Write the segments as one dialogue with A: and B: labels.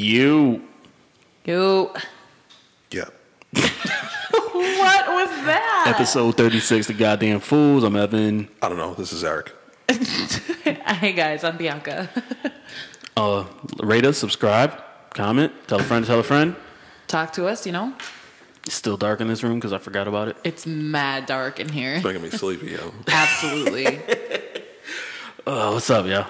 A: You.
B: You.
C: Yep.
B: What was that?
A: Episode 36, The Goddamn Fools. I'm Evan.
C: I don't know. This is Eric.
B: hey guys, I'm Bianca.
A: Uh, rate us, subscribe, comment, tell a friend to tell a friend.
B: Talk to us, you know?
A: It's still dark in this room because I forgot about it.
B: It's mad dark in here.
C: Making me sleepy, yo.
B: Absolutely.
A: Oh, what's up, y'all?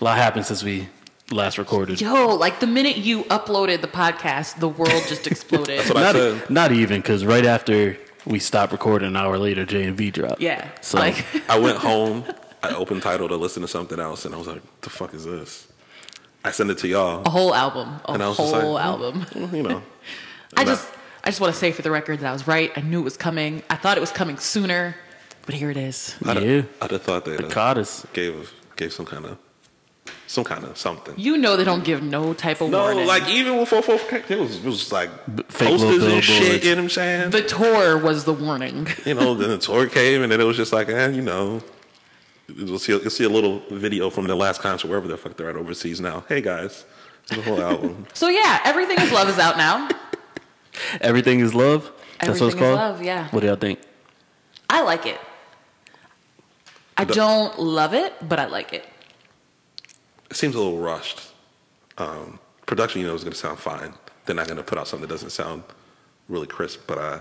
A: A lot happened since we last recorded.
B: Yo, like the minute you uploaded the podcast, the world just exploded.
C: what I-
A: not, e-,
C: said-
A: not even because right after we stopped recording, an hour later, J and V dropped.
B: yeah.
A: So
B: Like
C: I went home. I opened title to listen to something else, and I was like, "The fuck is this?" I sent it to y'all,
B: a whole album. A
C: and I was
B: whole
C: just like, "Mm,
B: album.
C: well, you know,
B: I
C: I'm not-
B: just I just want to say for the record that I was right. I knew it was coming. I thought it was coming sooner, but here it is.
C: I'd have-
A: Yeah.
C: I'd have thought they
A: the
C: uh,
A: cod is
C: gave gave some kind of some kind of something.
B: You know they don't give no type of
C: No,
B: warning.
C: like even with four four, it was it was like
A: fake little
C: posters and shit.
A: billboards.
C: You know what I'm saying?
B: the tour was the warning.
C: you know, then the tour came, and then it was just like, eh, you know, you'll see, you'll see a little video from the last concert, wherever the fuck they're at overseas now. Hey guys, the whole album.
B: So yeah, everything is love is out now.
A: everything is love. That's what it's
B: Everything is
A: called.
B: love, yeah.
A: What do y'all think?
B: I like it. I
C: The-
B: don't love it, but I like it.
C: it seems a little rushed. Um, production, you know, is going to sound fine. They're not going to put out something that doesn't sound really crisp. But I,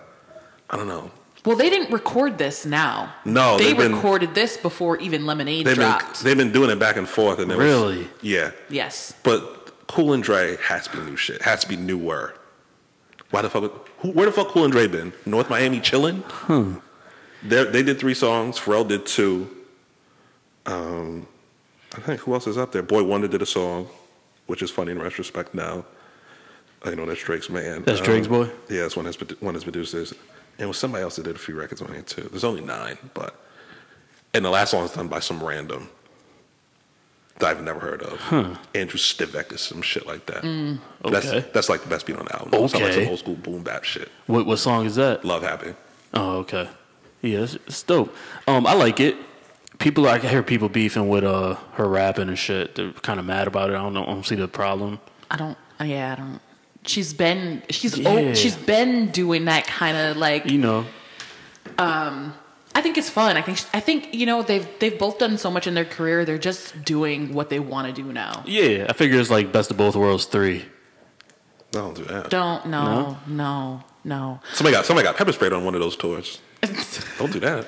C: I don't know.
B: Well, they didn't record this now.
C: No,
B: they
C: they've been-
B: recorded this before even Lemonade
C: They've been
B: dropped.
C: they've been doing it back and forth, and it was-
A: Really?
C: yeah.
B: yes,
C: But Cool and Dre has to be new shit. Has to be newer. Why the fuck? would- Who, where the fuck Cool and Dre been? North Miami chilling. Hmm. They they did three songs. Pharrell did two. Um, I think who else is up there? Boy Wonder did a song, which is funny in retrospect now. I know that's Drake's man. Um,
A: That's Drake's boy?
C: Yeah, that's one of his produ- one of his producers, and it was somebody else that did a few records on here too. There's only nine, but and the last song is done by some random that I've never heard of. Andrew Stivek or some shit like that.
A: Mm, Okay.
C: That's that's like the best beat on the album. It's not like
A: Okay.
C: some old school boom bap shit.
A: What what song is that?
C: Love happy.
A: Oh, okay. Yeah, it's, it's dope. Um, I like it. People, I hear people beefing with uh her rapping and shit. They're kind of mad about it. I don't know. I don't see the problem.
B: I don't. oh, Yeah, I don't. She's been she's
A: Yeah.
B: old, she's been doing that kind of like.
A: You know,
B: I think it's fun. I think sh- I think you know they've they've both done so much in their career. They're just doing what they want to do now.
A: yeah. I figure it's like best of both worlds three.
C: No, don't do that.
B: Don't no no no.
C: Somebody got somebody got pepper sprayed on one of those tours. Don't do that.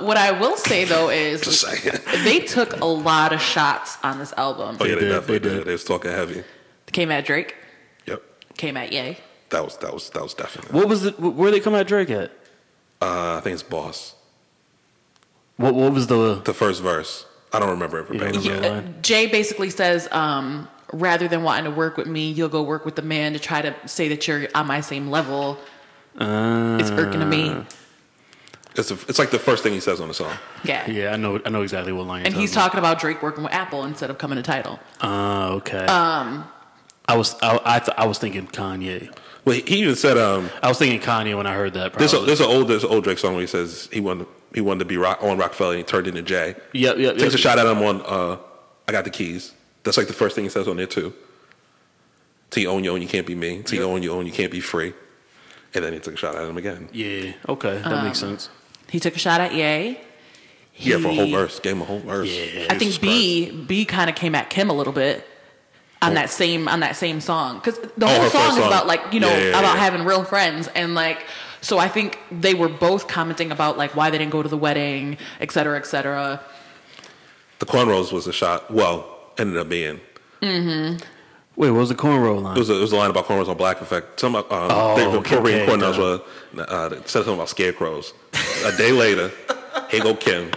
B: what I will say though is
C: Just saying.
B: they took a lot of shots on this album.
C: Oh
A: They
C: yeah, they,
A: did,
C: definitely
A: they
C: did.
A: did.
C: They was talking heavy.
B: Came at Drake.
C: Yep.
B: Came at Ye.
C: That was that was that was definitely.
A: What was it? Where they come at Drake at?
C: Uh, I think it's Boss.
A: What what was the?
C: The first verse. I don't remember it
A: You don't
C: verbatim.
A: remember the
C: Yeah.
A: line?
B: uh, Jay basically says, um, rather than wanting to work with me, you'll go work with the man to try to say that you're on my same level.
A: Uh,
C: Mm.
B: It's irking to me.
C: It's a, it's like the first thing he says on the song.
B: Yeah.
A: Yeah, I know. I know exactly what line.
B: And he's talking about Drake working with Apple instead of coming to title.
A: Oh, okay. Um, I was I I, th- I was thinking Kanye.
C: Well, he even said um,
A: I was thinking Kanye when I heard that.
C: there's a,
A: probably.
C: there's an old there's an old Drake song where he says he wanted he wanted to be rock, on Rockefeller and he turned into Jay.
A: Yep, yep,
C: Takes
A: yep.
C: a shot at him on uh, I got the keys. That's like the first thing he says on there too. T own your own, you can't be me. T own your own, you can't be free. And then he took a shot at him again.
A: yeah. Okay, that makes sense.
B: He took a shot at Ye.
C: yeah, for a whole
B: He-
C: verse, gave him a whole verse.
A: Yeah.
B: I think
C: Jesus
B: B B kind of came at Kim a little bit on
C: Oh.
B: that same on that same song because the
C: Oh,
B: whole
C: her
B: song
C: first
B: is
C: song.
B: about like you know
C: Yeah, yeah, yeah,
B: about
C: yeah.
B: having real friends and like so I think they were both commenting about like why they didn't go to the wedding et cetera et cetera.
C: Christ. The cornrows was a shot. Well, ended up being
A: Wait, what was the cornrow line?
C: it was a, it was a line about cornrows on black effect. Some um,
A: Oh,
C: they were
A: okay,
C: appropriating
A: okay,
C: cornrows were uh, they said something about scarecrows. a day later, here go Kim.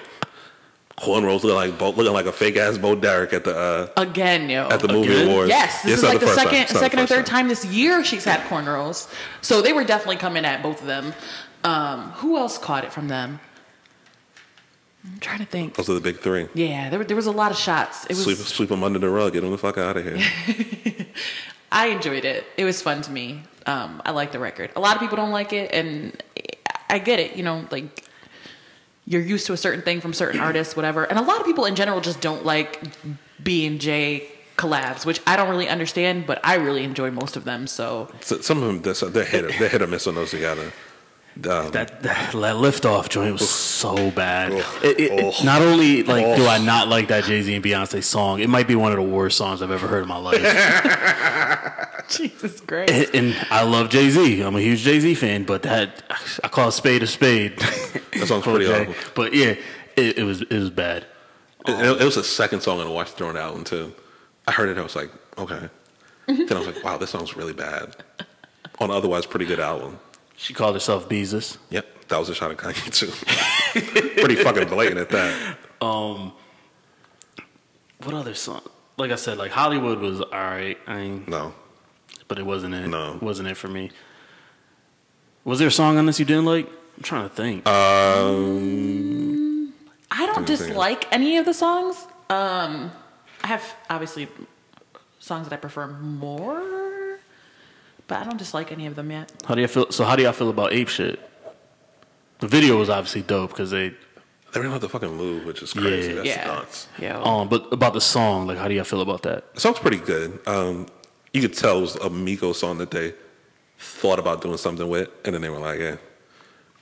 C: Cornrows looking like Bo, looking like a fake ass Bo Derek at the uh,
B: Again, yo.
C: at the movie
A: Again?
C: awards.
B: yes, this
C: It's
B: is
C: not
B: like the,
C: first time.
B: second,
C: It's not the
B: second or
C: first
B: third time. this year she's had cornrows. So they were definitely coming at both of them. Um, who else caught it from them? I'm trying to think.
C: Those are the big three.
B: Yeah, there, were- there was a lot of shots. It was
C: Sweep, sweep them under the rug. Get them the fuck out of here.
B: I enjoyed it. It was fun to me. Um, I like the record. A lot of people don't like it, and I get it. You know, like you're used to a certain thing from certain artists, whatever. And a lot of people in general just don't like B and J collabs, which I don't really understand, but I really enjoy most of them. So
C: So some of them, they're, so- they're hit, they're hit or miss on those together. Um,
A: That, that that liftoff joint was so bad.
C: Oof.
A: It, it- it-
C: Oof.
A: not only like do
C: Oof.
A: I not like that Jay Z and Beyonce song, it might be one of the worst songs I've ever heard in my life.
B: Jesus Christ,
A: and, and I love Jay Z. I'm a huge Jay Z fan, but that I call a spade a spade.
C: That song's
A: Fuck
C: pretty
A: Jay.
C: awful.
A: But yeah, it, it was it was bad.
C: It, it was the second song on the Watch Throne album too. I heard it, and I was like, okay. then I was like, wow, this song's really bad. On an otherwise pretty good album.
A: She called herself Beezus.
C: Yep, that was a shot at Kanye too. pretty fucking blatant at that.
A: What other song? Like I said, like Hollywood was all right. I mean,
C: No,
A: but it wasn't it.
C: No.
A: wasn't it for me. Was there a song on this you didn't like? I'm trying to think.
B: I don't
C: Something.
B: dislike any of the songs. Um, I have obviously songs that I prefer more, but I don't dislike any of them yet.
A: How do you feel? So how do y'all feel about ape shit? The video was obviously dope because they,
C: they ran off the fucking move, which is crazy.
A: Yeah.
C: That's
B: yeah,
C: nuts.
B: yeah.
A: um, but about the song, like how do y'all feel about that?
C: The song's pretty good. Um, you could tell it was a Miko song that they thought about doing something with, and then they were like, yeah,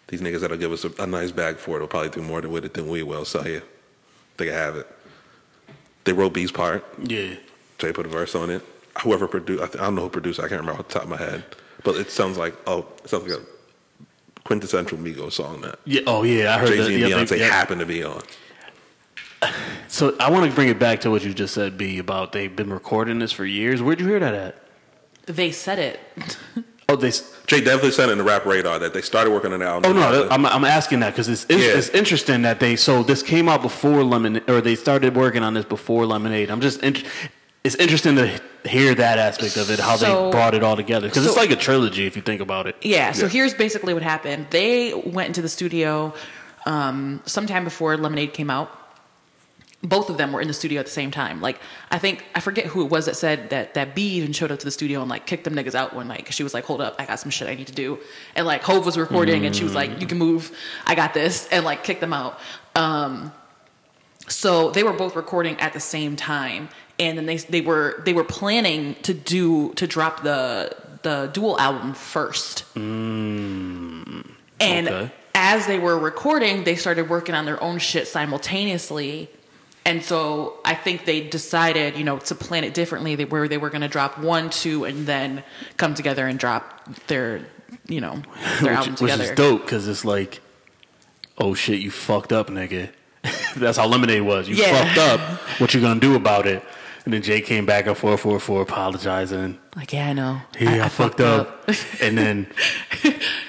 C: these niggas that'll give us a, a nice bag for it will probably do more with it than we will. So yeah, they can have it. They wrote B's part.
A: Yeah,
C: Jay put a verse on it. Whoever produced, I, th- I don't know who produced. it. I can't remember off the top of my head, but it sounds like oh, it sounds like a quintessential Migos song that
A: yeah. Oh yeah, I heard
C: Jay
A: that.
C: Z and
A: Yep,
C: Beyonce
A: yep, yep.
C: happen to be on.
A: So I want to bring it back to what you just said, B, about they've been recording this for years. Where'd you hear that at?
B: They said it.
A: Oh, they. s-
C: Jay definitely said it in the rap radar that they started working on an album.
A: Oh no, that- I'm I'm asking that because it's it's,
C: Yeah.
A: it's interesting that they so this came out before Lemon or they started working on this before Lemonade. I'm just int- it's interesting to hear that aspect of it, how
B: So-
A: they brought it all together because it's
B: so-
A: like a trilogy if you think about it.
B: Yeah. So
C: Yeah.
B: here's basically what happened. They went into the studio um, sometime before Lemonade came out. Both of them were in the studio at the same time. Like I think I forget who it was that said that that B even showed up to the studio and like kicked them niggas out when like she was like, "Hold up, I got some shit I need to do," and like Hove was recording and she was like, "You can move, I got this," and like kicked them out. Um, so they were both recording at the same time and then they they were they were planning to do to drop the the dual album first
A: Mm.
B: and
A: okay.
B: as they were recording they started working on their own shit simultaneously and so i think they decided you know to plan it differently they, where they were going to drop one two and then come together and drop their you know their album
A: which, which
B: together
A: is dope because it's like, oh shit, you fucked up, nigga. That's how Lemonade was. You
B: Yeah.
A: fucked up. What you gonna do about it? And then Jay came back at four four four apologizing.
B: like yeah i know
A: Yeah, I, fucked, up. and then,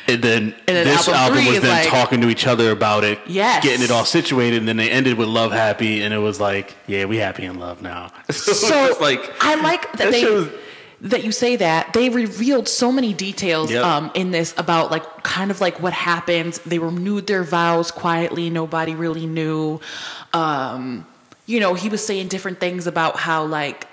A: and then
B: then
A: this
B: album
A: album,
B: three
A: was
B: is
A: then
B: like-
A: talking to each other about it.
B: Yes.
A: getting it all situated, and then they ended with love happy, and it was like, yeah, we happy in love now. so it's
B: so
A: just like
B: I like that,
A: that
B: they
A: shit was-
B: that you say that they revealed so many details
A: Yep.
B: um, in this about like kind of like what happened. They renewed their vows quietly. Nobody really knew. Um, you know, he was saying different things about how like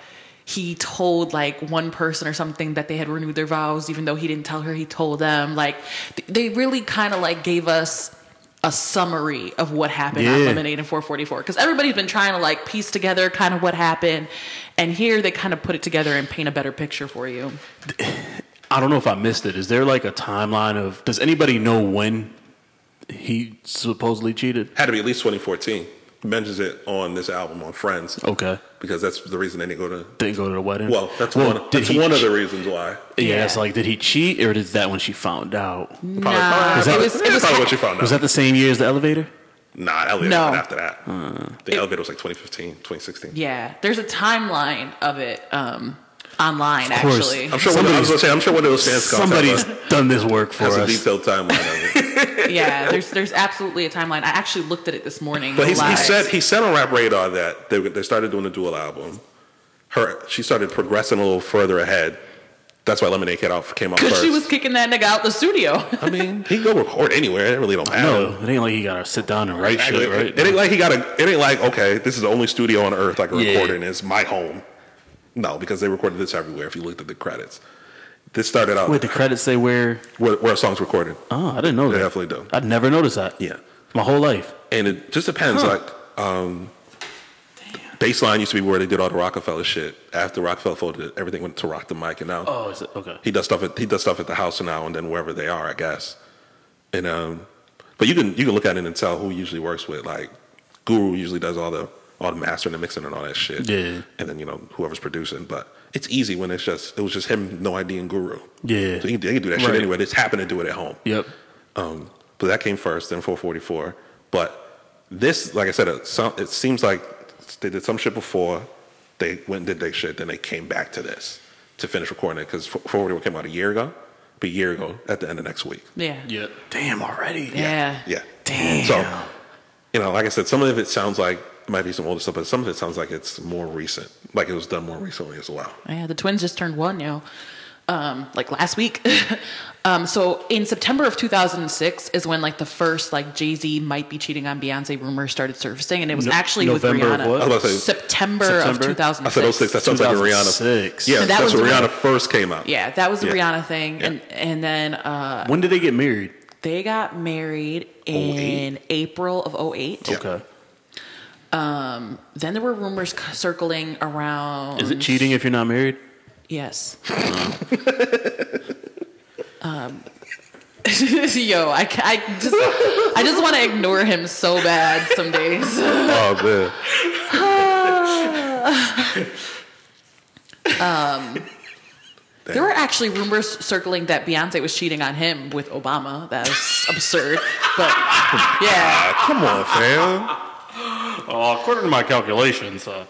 B: he told like one person or something that they had renewed their vows, even though he didn't tell her. He told them like th- they really kind of like gave us. A summary of what happened on
A: Yeah.
B: Lemonade and 444 because everybody's been trying to like piece together kind of what happened and here they kind of put it together and paint a better picture for you
A: I don't know if I missed it. Is there like a timeline of? Does anybody know when he supposedly cheated?
C: Had to be at least 2014. He mentions it on this album on Friends
A: Okay,
C: because that's the reason they didn't go to.
A: didn't go to the wedding.
C: Well, that's
A: Well,
C: one.
A: did
C: That's
A: he
C: one of
A: che-
C: the reasons why.
A: Yeah,
B: Yeah.
A: that's like, did he cheat or is that when she found out?
C: Probably,
B: Nah,
C: probably-
B: it
C: probably-
B: was- it
C: that's
B: was
C: probably
B: ha-
C: what you found out.
A: Was that the same year as the elevator?
C: nah, Elliot
B: No. Uh.
C: right after that. the elevator was like 2015, 2016.
B: yeah there's a timeline of it um online
A: course.
B: actually
C: I'm sure. One of, I was gonna say. I'm sure one of those fans.
A: Somebody's done this work for
C: has a
A: us.
C: detailed timeline of it.
B: yeah there's there's absolutely a timeline i actually looked at it this morning
C: But he, he
B: live.
C: said he said on Rap Radar that they, they started doing a dual album. Her she started progressing a little further ahead. That's why Lemonade came out came out
B: because
C: first.
B: she was kicking that nigga out the studio
C: I mean, he can go record anywhere. It really don't matter.
A: No, it ain't like he gotta sit down and write
C: Actually,
A: shit, right?
C: It ain't like he got a. It ain't like okay, this is the only studio on earth I can
A: Yeah.
C: record in. It's my home. No, because they recorded this everywhere. If you looked at the credits, this started out
A: Wait, the credits say where?
C: where, where a song's recorded.
A: Oh, I didn't know that.
C: They definitely do.
A: I'd never noticed that.
C: Yeah,
A: my whole life.
C: and it just depends.
A: Huh.
C: Like, um, Baseline used to be where they did all the Rockefeller shit. After Rockefeller folded, everything went to Rock the Mic, and now
A: Oh, is it okay?
C: he does stuff at he does stuff at the house now and then wherever they are, I guess. And um, but you can you can look at it and tell who he usually works with. Like Guru usually does all the all the mastering and mixing and all that shit.
A: Yeah.
C: And then you know whoever's producing, but it's easy when it's just it was just him, no ID, and Guru.
A: Yeah.
C: So he, they can do that shit
A: Right.
C: anywhere. They just happen to do it at home.
A: Yep.
C: Um, but that came first, then 444. But this, like I said, it, so- it seems like they did some shit before, they went and did their shit, then they came back to this to finish recording it because 444 came out a year ago, but a year ago at the end of next week.
B: Yeah.
A: Yep. Damn already.
B: Yeah.
C: Yeah.
A: Damn.
C: So, you know, like I said, some of it sounds like it might be some older stuff, but some of it sounds like it's more recent, like it was done more recently as well.
B: Yeah, the twins just turned one, yo. Um, like last week. um, so in September of 2006 is when like the first like Jay Z might be cheating on Beyonce rumor started surfacing, and it was
A: No-
B: actually
A: November of
B: with Rihanna.
A: what?
C: I was about to say,
B: September,
A: September?
B: of 2006.
C: I said 06, that sounds like a Rihanna.
A: 2006.
C: Yeah,
B: And that
C: that's
B: was
C: when
B: the one-
C: Rihanna first came out.
B: yeah, that was the
C: Yeah.
B: Rihanna thing,
C: Yeah.
B: and and then uh,
A: When did they get married?
B: they got married in April of 08.
C: Yeah.
A: Okay.
B: Then there were rumors c- circling around.
A: Is it cheating if you're not married?
B: Yes. um, yo, I, ca- I just I just want to ignore him so bad some days.
C: Oh, man.
B: There were actually rumors circling that Beyonce was cheating on him with Obama. That's absurd, but yeah,
C: Come on, fam.
A: Oh, according to my calculations, uh,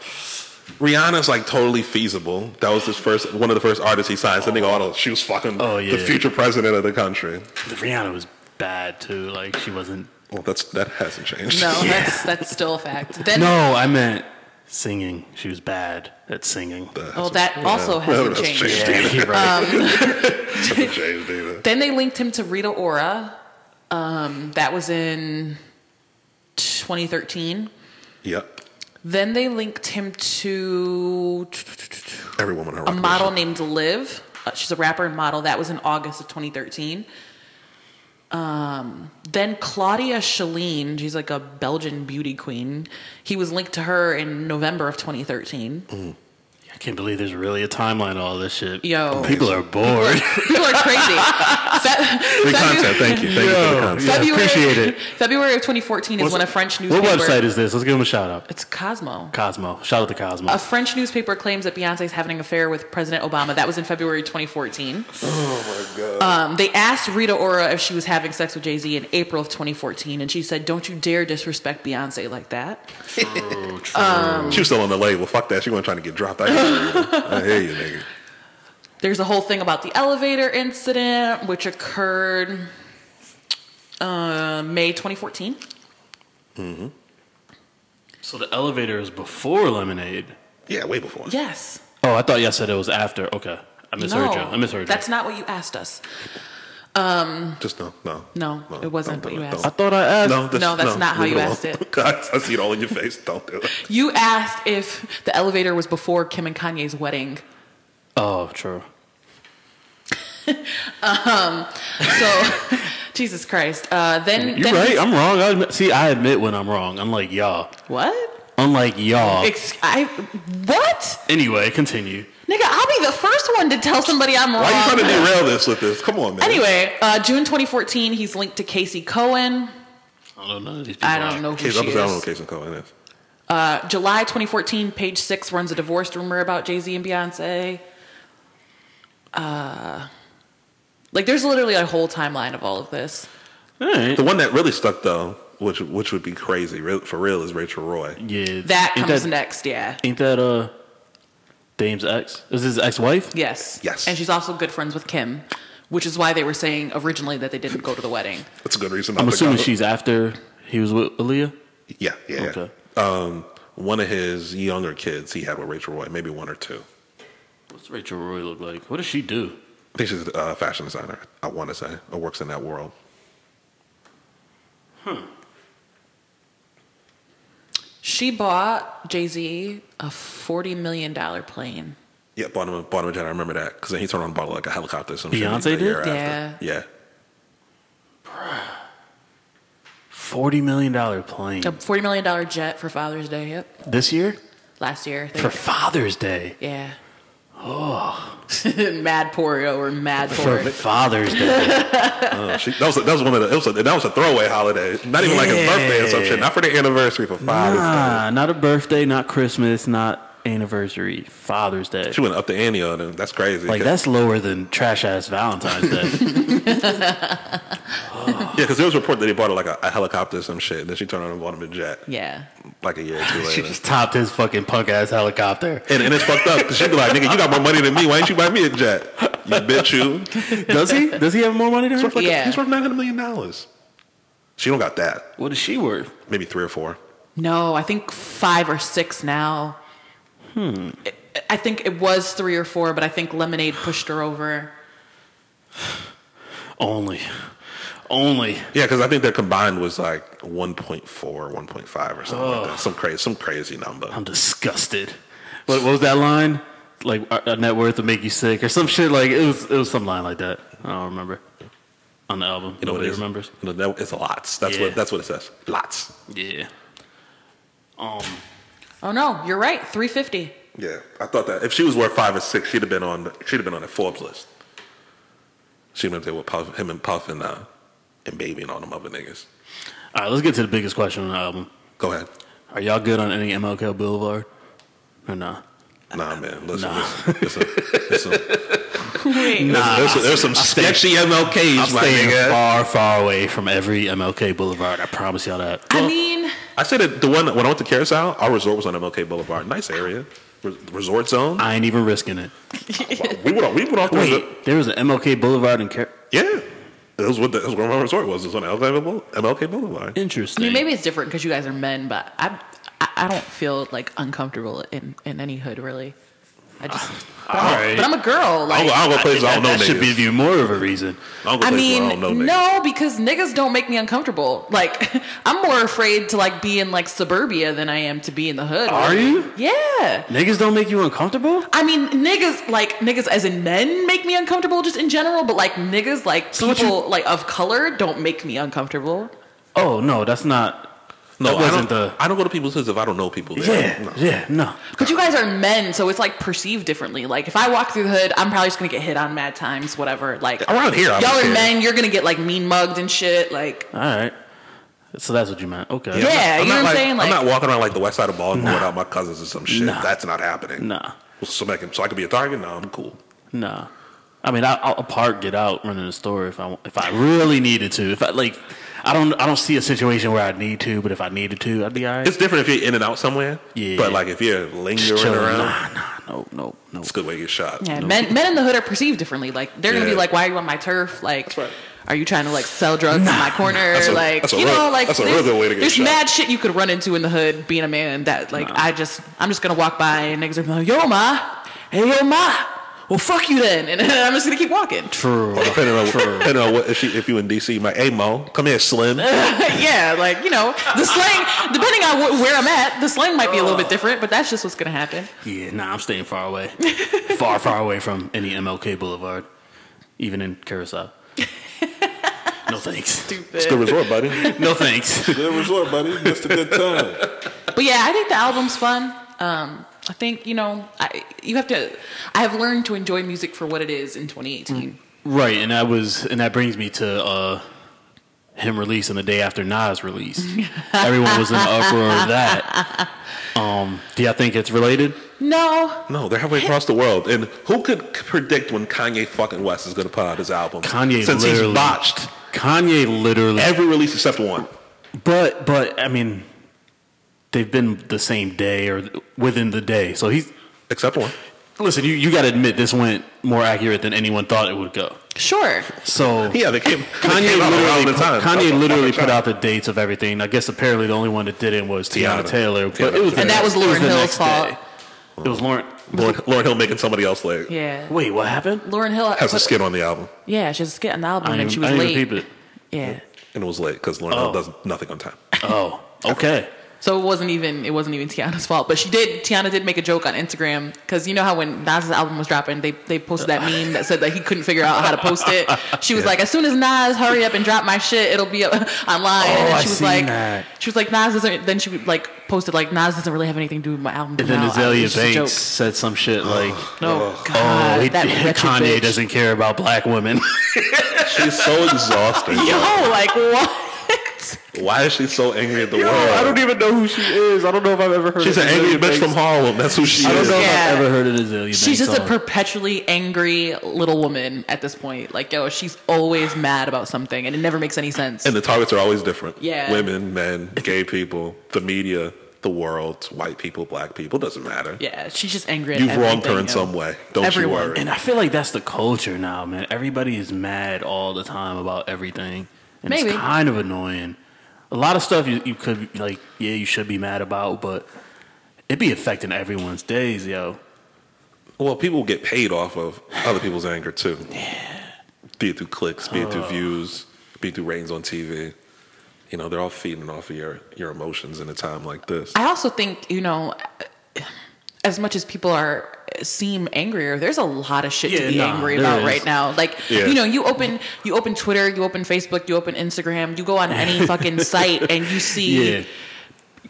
C: Rihanna's like totally feasible. That was his first, one of the first artists he signed. Sending auto, she was fucking
A: Oh, yeah.
C: the future president of the country.
A: Rihanna was bad too. Like she wasn't.
C: Well, that's that hasn't changed.
B: no, that's that's still a fact. Then,
A: No, I meant singing. She was bad at singing.
B: well, that also
C: Yeah.
B: hasn't
C: That's
B: changed.
C: changed.
A: Yeah, you're right.
B: Um,
C: hasn't changed either.
B: Then they linked him to Rita Ora. Um, that was in 2013.
C: Yep.
B: Then they linked him to
C: Every woman on
B: a model named Liv. Uh, she's a rapper and model. That was in August of 2013. Um, then Claudia Chalene, she's like a Belgian beauty queen. He was linked to her in November of 2013.
A: I can't believe there's really a timeline. to All this shit.
B: Yo.
A: people are bored.
B: People are crazy. Fe-
C: Free
B: February-
C: content. Thank you. Thank you for the content.
A: Yeah, appreciate it.
B: February of 2014 is when a French newspaper.
A: What website is this? Let's give them a shout out.
B: It's Cosmo.
A: Cosmo. Shout out to Cosmo.
B: A French newspaper claims that Beyonce is having an affair with President Obama. That was in February 2014. Oh my God. Um, they asked Rita Ora if she was having sex with Jay Z in April of 2014, and she said, Don't you dare disrespect Beyonce like that.
C: She was still on the label. Fuck that. She wasn't trying to get dropped. I hear you. I hear you, nigga.
B: There's a whole thing about the elevator incident, which occurred uh, May 2014.
A: so the elevator is before Lemonade.
C: Yeah, way before.
B: Yes.
A: Oh, I thought y'all said it was after. Okay, I misheard you. I misheard you.
B: That's not what you asked us.
C: Just no, no,
B: No, it wasn't
C: don't
B: what
C: do
B: you
C: it.
B: asked.
C: Don't.
A: I thought I asked.
C: No,
B: No, that's not how
C: leave
B: you
C: alone.
B: asked it.
C: God, I see it all in your face. Don't do it.
B: You asked if the elevator was before Kim and Kanye's wedding.
A: Oh, true.
B: So, Jesus Christ. Uh, then,
A: You're
B: then
A: right. I'm wrong. I admit, see, I admit when I'm wrong. Unlike y'all.
B: What?
A: Unlike
C: Oh.
A: y'all.
B: Ex- I what?
A: anyway, continue.
B: Nigga, I'll be the first one to tell somebody I'm wrong.
C: Why are you trying to derail this with this? Come on, man.
B: anyway, uh, June 2014, he's linked to Casey Cohen.
A: I don't know. These people
B: I
A: are-
B: don't know who
C: Case,
B: she
C: I'm sorry, I don't know
B: is.
C: what Case and Cohen is.
B: Uh, July 2014, Page Six runs a divorce rumor about Jay Z and Beyonce. Uh, like there's literally a whole timeline of all of this.
A: All right.
C: The one that really stuck though, which which would be crazy real, for real, is Rachel Roy.
A: Yeah.
B: That
A: ain't
B: comes
A: that,
B: next, yeah.
A: Ain't that uh, Dame's ex? Is his ex-wife?
B: Yes.
C: Yes.
B: And she's also good friends with Kim, which is why they were saying originally that they didn't go to the wedding.
C: That's a good reason.
A: I'm
C: not to
A: assuming
C: go.
A: she's after he was with Aaliyah.
C: Yeah, yeah. yeah.
A: Okay.
C: Um, one of his younger kids he had with Rachel Roy, maybe one or two.
A: What's Rachel Roy look like? What does she do?
C: I think she's a fashion designer. I want to say, or works in that world.
B: She bought Jay Z a $40 million plane.
C: Yeah, bottom of bottom of Jedi. I remember that because then he turned on and bought like a helicopter. or Some
A: Beyonce
C: shit,
A: did?
C: a year after. Yeah,
A: Forty million dollar plane
B: A $40 million jet for Father's Day. Yep.
A: this year?
B: last year. I think.
A: for Father's Day.
B: yeah. Oh. mad Porio or mad
A: For
B: Porio.
A: Father's Day.
C: Uh, she, that was that was one of the it was a, that was a throwaway holiday. Not even like his birthday or some shit. Not for the anniversary for Father's
A: nah, Ah, not a birthday, not Christmas, not anniversary. Father's Day.
C: Day. She went up to Annie on him. That's crazy.
A: Like
C: 'Cause-
A: that's lower than trash ass Valentine's Day.
C: Yeah, because there was a report that he bought her like a, a helicopter or some shit, and then she turned around and bought him a jet
B: Yeah.
C: like a year or two
A: she
C: later.
A: just topped his fucking punk ass helicopter.
C: and, and it's fucked up because she'd be like, "Nigga, you got more money than me. Why ain't you buy me a jet? You bitch, you."
A: Does he? Does he have more money than
C: He's worth
A: her?
C: like
B: Yeah.
C: he's worth nine hundred million dollars. She don't got that.
A: What is she worth?
C: Maybe three or four.
B: No, I think five or six now. Hmm. I think it was three or four, but I think Lemonade pushed her over.
A: Only, only.
C: Yeah, because I think their combined was like 1.4, 1.5 or something like that. Some crazy, some crazy number.
A: I'm disgusted. What, what was that line? Like our, our net worth will make you sick or some shit. Like it was it was some line like that. I don't remember on the album.
C: You know what
A: Nobody
C: it is?
A: remembers.
C: You know, that- it's lots. That's
A: Yeah.
C: what that's what it says. Lots.
A: Yeah. Um.
B: Oh no, you're right. Three fifty.
C: Yeah, I thought that if she was worth five or six, she'd have been on. She'd have been on the Forbes list. She'd been up there with Puff, him and Puff and uh, and Baby and all them other niggas.
A: All right. Let's get to the biggest question on the album.
C: Go ahead.
A: Are y'all good on any MLK Boulevard or not?
C: Nah, man. Listen, listen, listen, listen.
B: Wait.
A: Nah,
C: there's, there's some sketchy
A: I'm
C: MLKs, my
A: staying
C: nigga.
A: far, far away from every MLK Boulevard. I promise y'all that.
B: I mean,
C: I said that the one when I went to Carousel, our resort was on MLK Boulevard. Nice area, Re- resort zone.
A: I ain't even risking it.
C: we would we would off the
A: Wait, there was an MLK Boulevard in Car-
C: yeah. That was what the, that was where my resort was. It was on MLK Boule- MLK Boulevard.
B: I
A: Interesting.
B: mean, maybe it's different because you guys are men, but I, I, I don't feel like uncomfortable in, in any hood really. I just,
A: All right.
B: but I'm a girl.
C: I
B: Like,
C: don't go, I don't go places I don't know
A: that should
C: niggas.
A: give you more of a reason.
C: I don't go
B: I
C: places where
B: mean,
C: I don't know niggas.
B: no, because niggas don't make me uncomfortable. Like, I'm more afraid to like be in like suburbia than I am to be in the hood.
A: Are you?
B: Yeah.
A: Niggas don't make you uncomfortable?
B: I mean, niggas like niggas as in men make me uncomfortable just in general, but like niggas like
A: So what you-
B: people like of color don't make me uncomfortable.
A: Oh no, that's not.
C: No,
A: that wasn't
C: I don't,
A: the.
C: I don't go to people's houses if I don't know people there.
A: Yeah,
C: No.
A: yeah, no.
B: But you guys are men, so it's like perceived differently. Like if I walk through the hood, I'm probably just gonna get hit on mad times, whatever. Like
C: Around here, I
B: y'all
C: don't
B: are
C: care.
B: men, you're gonna get like mean mugged and shit. Like
A: All right. So that's what you meant. Okay.
B: Yeah. you know
C: not
B: what I'm
C: like,
B: saying? Like-
C: I'm not walking around like the west side of Baltimore without my cousins or some shit.
A: Nah.
C: That's not happening.
A: Nah,
C: So I, can, so I can be a target? No, I'm cool.
A: nah. I mean, I, I'll park, get out, run in the store if I if I really needed to. If I like, I don't I don't see a situation where I need to, but if I needed to, I'd be all right.
C: It's different if you're in and out somewhere.
A: Yeah.
C: But like if you're
A: Just
C: lingering
A: chilling.
C: around,
A: Nah, nah, no, no, no.
C: it's a good way to get shot.
B: yeah, men men in the hood are perceived differently. Like they're gonna
C: Yeah.
B: be like, Why are you on my turf? Like
C: right.
B: Are you trying to like sell drugs in my corner?
C: That's a-
B: like
C: that's a
B: you
C: real-
B: know, like
C: that's a real
B: there's,
C: good way to get
B: there's
C: shot.
B: mad shit you could run into in the hood being a man. That like
A: Nah.
B: I just I'm just gonna walk by and niggas are gonna be like, yo ma, hey yo ma, well fuck you then, and I'm just gonna keep walking.
A: True.
C: Or depending on, depending on what, if, she, if you in DC, my hey Mo, come here, Slim.
B: yeah, like you know, the slang. Depending on wh- where I'm at, the slang might be a little bit different, but that's just what's gonna happen.
A: Yeah, nah, I'm staying far away. far, far away from any MLK Boulevard, even in Curacao. No thanks.
C: It's a good
B: Stupid.
C: resort, buddy.
A: No thanks.
C: good resort, buddy. Just a good time.
B: But yeah, I think the album's fun. Um, I think you know, I you have to. I have learned to enjoy music for what it is in 2018.
A: Right, and that was and that brings me to uh him releasing the day after Nas release. Everyone was in an uproar of that. Um, do y'all think it's related?
B: No,
C: No, they're halfway across the world. And who could predict when Kanye fucking West is going to put out his album?
A: Kanye
C: Since
A: literally
C: he's botched
A: Kanye literally
C: every release except one.
A: but but I mean they've been the same day or within the day. So he's
C: Except one.
A: listen, you, you gotta admit this went more accurate than anyone thought it would go.
B: sure.
A: So
C: Yeah, they came. they
A: Kanye
C: came out around
A: literally,
C: the time.
A: Kanye
C: That's a
A: literally
C: fucking
A: put
C: shot.
A: out the dates of everything. I guess apparently the only one that didn't was Tiana,
C: Tiana.
A: Taylor, but
C: Tiana
A: it was the
C: And
B: that was
A: next- it
B: Lauryn
A: the
B: Hill's
A: next
B: fault.
A: day. It was Lauren.
C: Lord, Lord Hill making somebody else like
B: Yeah,
A: Wait, what happened?
B: Lauren Hill
C: has a
B: put-
C: skit on the album,
B: Yeah, she has a skit on the album, and she was
A: I didn't
B: late.
A: even peep it.
B: Yeah.
C: and it was late because Lauren Hill
A: Oh.
C: does nothing on time.
A: Oh, okay.
B: So it wasn't even it wasn't even Tiana's fault, but she did. Tiana did make a joke on Instagram because you know how when Nas's album was dropping, they they posted that meme that said that he couldn't figure out how to post it. She was like, "As soon as Nas hurry up and drop my shit, it'll be up online."
A: Oh,
B: and then
A: I
B: she was
A: seen
B: like,
A: that.
B: "She was like Nas doesn't." Then she like posted like Nas doesn't really have anything to do with my album.
A: And then
B: coming out. It
A: Azalea
B: was just a
A: Banks
B: joke.
A: said some shit like,
B: No, God,
A: "Oh, he,
B: that wretched
A: Kanye
B: bitch.
A: doesn't care about black women."
C: She's so exhausted.
B: Yo,
C: yo.
B: like what?
C: Why is she so angry at the world?
A: even know who she is. I don't know if I've ever heard.
C: She's an angry bitch from Harlem. That's who she
A: I don't
C: is.
A: know
B: Yeah.
A: if I've ever heard of Azalea Banks.
B: She's just a
A: song.
B: perpetually angry little woman at this point. Like, yo, she's always mad about something, and it never makes any sense.
C: And the targets are always different.
B: Yeah.
C: Women, men, gay people, the media, the world, white people, black people, doesn't matter.
B: yeah, she's just angry. at
C: You've wronged her
B: everything,
C: in
B: yo.
C: some way. Don't
B: Everyone.
C: you worry.
A: And I feel like that's the culture now, man. Everybody is mad all the time about everything, and
B: Maybe.
A: it's kind of annoying. A lot of stuff you, you could like, yeah, you should be mad about, but it be affecting everyone's days, yo.
C: Well, people get paid off of other people's anger too. Yeah. Be it through clicks, be it through views, be it through ratings on TV. You know, they're all feeding off of your, your emotions in a time like this.
B: I also think you know, as much as people are seem angrier, there's a lot of shit
A: Yeah,
B: to be
A: nah,
B: angry
A: there
B: about
A: is.
B: right now. Like
C: Yeah.
B: you know, you open you open Twitter, you open Facebook, you open Instagram, you go on any fucking site, and you see.
A: Yeah,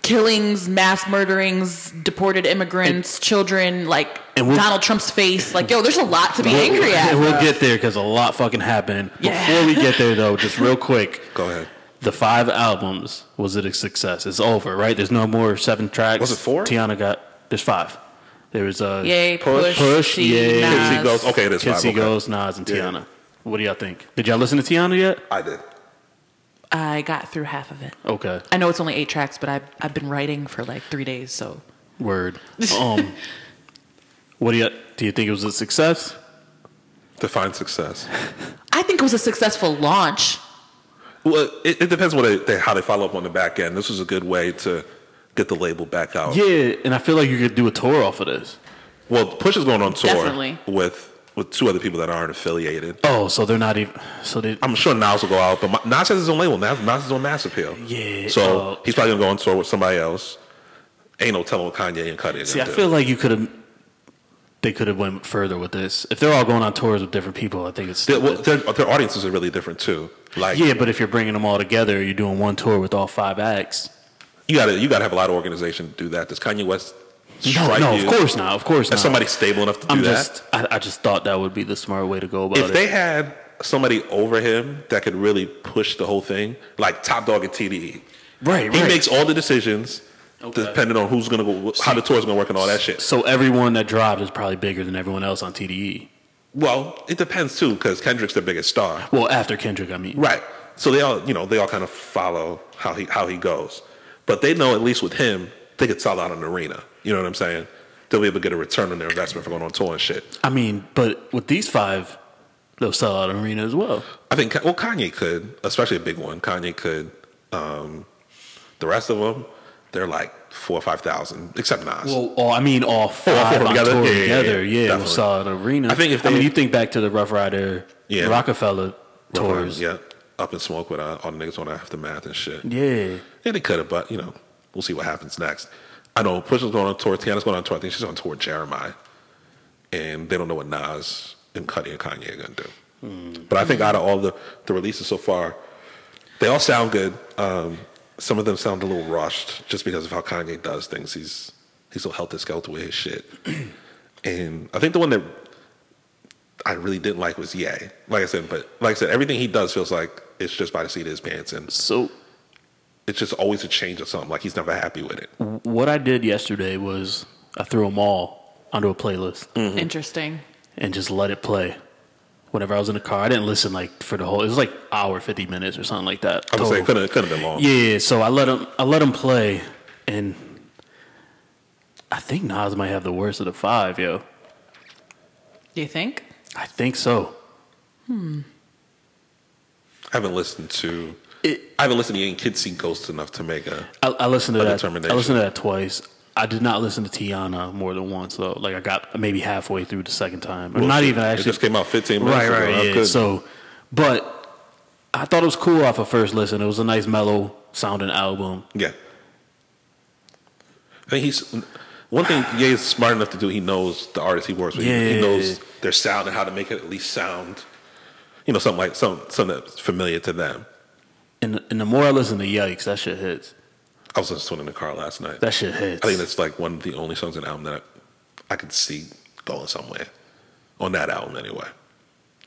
B: killings, mass murderings, deported immigrants, children, like
A: And we'll-
B: Donald Trump's face. Like, yo, there's a lot to be angry at.
A: and we'll get there because a lot fucking happened.
B: Yeah.
A: Before we get there, though, just real quick,
C: Go ahead.
A: the five albums was it a success? It's over, right? There's no more seven tracks.
C: Was it four?
A: Tiana got there's five. There was uh,
B: Yay, push,
C: Push,
A: push,
B: see,
A: yay.
B: Nas.
C: Kids See Ghost. Okay, that's
A: Kids
C: five.
A: See
C: Okay.
A: Ghost, Nas, and
C: Yeah.
A: Tiana. What do y'all think? Did y'all listen to Tiana yet?
C: I did.
B: I got through half of it.
A: Okay,
B: I know it's only eight tracks, but I've, I've been writing for like three days, so
A: word. Um, what do you do? You think it was a success?
C: Define success.
B: I think it was a successful launch.
C: Well, it, it depends what they, they, how they follow up on the back end. This was a good way to get the label back out.
A: Yeah, and I feel like you could do a tour off of this.
C: Well, Push is going on tour
B: Definitely.
C: with with two other people that aren't affiliated.
A: Oh, so they're not even. So they.
C: I'm sure Nas will go out, but Ma- Nas has his own label. Nas, Nas is on Mass Appeal.
A: Yeah,
C: So
A: uh,
C: he's probably gonna go on tour with somebody else. Ain't no telling what Kanye and Cudi.
A: see, I feel like you could have. They could have went further with this. If they're all going on tours with different people, I think it's.
C: their, well, their, their audiences are really different too. Like
A: yeah, but if you're bringing them all together, you're doing one tour with all five acts.
C: you gotta you gotta have a lot of organization to do that. Does Kanye West?
A: No,
C: strike
A: no,
C: you
A: of course not. Of course not.
C: As somebody stable enough to do
A: I'm
C: that.
A: just. I, I just thought that would be the smart way to go about
C: if
A: it.
C: they had somebody over him that could really push the whole thing, like Top Dog at TDE,
A: right,
C: E, he
A: right.
C: makes all the decisions
A: Okay.
C: depending on who's gonna go, how the tour's gonna work, and all that shit.
A: So everyone that dropped is probably bigger than everyone else on E. TDE.
C: Well, it depends too, because Kendrick's the biggest star,
A: Well, after Kendrick, I mean.
C: right? So they all, you know, they all kind of follow how he how he goes, but they know at least with him, they could sell out an arena. You know what I'm saying? They'll be able to get a return on their investment for going on tour and shit.
A: I mean, but with these five, they'll sell out arena as well.
C: I think well Kanye could, especially a big one. Kanye could. Um, the rest of them, they're like four or five thousand, except Nas.
A: Well, all, I mean, all
C: four
A: five on
C: together?
A: tour
C: Yeah, yeah, yeah,
A: together, yeah, will
C: definitely.
A: sell out arena.
C: I think if
A: I
C: they-
A: mean, you think back to the Rough Rider,
C: Yeah.
A: Rockefeller
C: Rough Riders,
A: tours,
C: yeah, up in smoke with uh, all the niggas on aftermath and shit.
A: yeah.
C: Yeah, they could have, but you know, we'll see what happens next. I know Push is going on tour. Tiana's going on tour. I think she's on tour with Jeremiah, and they don't know what Nas and Cudi and Kanye are going to do. But I think out of all the the releases so far, they all sound good. Um, some of them sound a little rushed, just because of how Kanye does things. He's he's so helter skelter with his shit. and I think the one that I really didn't like was Ye. Like I said, but like I said, everything he does feels like it's just by the seat of his pants, and
A: So
C: it's just always a change of something. Like he's never happy with it.
A: what I did yesterday was I threw them all onto a playlist
B: Interesting.
A: and just let it play. Whenever I was in the car, I didn't listen like for the whole. It was like hour fifty minutes or something like that.
C: I would say
A: total.
C: it could have could have been long.
A: Yeah, so I let him I let him play and I think Nas might have the worst of the five, yo.
B: Do you think?
A: I think so.
C: I haven't listened to.
A: It-
C: I haven't listened to any Kids See Ghosts enough to make a.
A: I, I listened to
C: A
A: that
C: determination.
A: I listened to that twice. I did not listen to Tiana more than once though. Like I got maybe halfway through the second time. Or not
C: Bullshit.
A: even
C: It
A: actually
C: just came out 15 minutes
A: Right,
C: ago. I
A: right, yeah.
C: couldn't-
A: So but I thought it was cool off a first listen. It was a nice mellow sounding album.
C: yeah. think he's one thing Ye is smart enough to do. He knows the artist he works with. He- he,
A: Yeah.
C: knows their sound and how to make it at least sound, you know, something like some something that's familiar to them.
A: And, and the more I listen to Yikes, that shit hits.
C: I was listening to it in the car last night.
A: That shit hits.
C: I think that's like one of the only songs on the album that I, I could see going somewhere on that album anyway.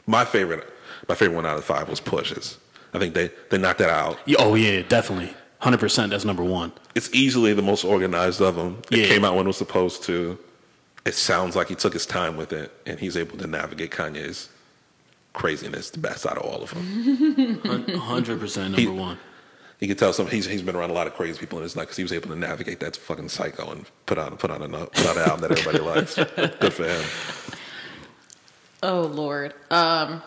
C: My favorite, my favorite one out of five was Pushes. I think they they knocked that out.
A: Yeah, oh yeah, definitely, hundred percent. That's number one.
C: It's easily the most organized of them. It
A: Yeah.
C: came out when it was supposed to. It sounds like he took his time with it, and he's able to navigate Kanye's craziness the best out of all of them.
A: Hundred percent
C: He-
A: number one.
C: You can tell some he's he's been around a lot of crazy people in his life because he was able to navigate that fucking psycho and put out put out an, put out an album that everybody likes. Good for him.
B: Oh Lord. Um.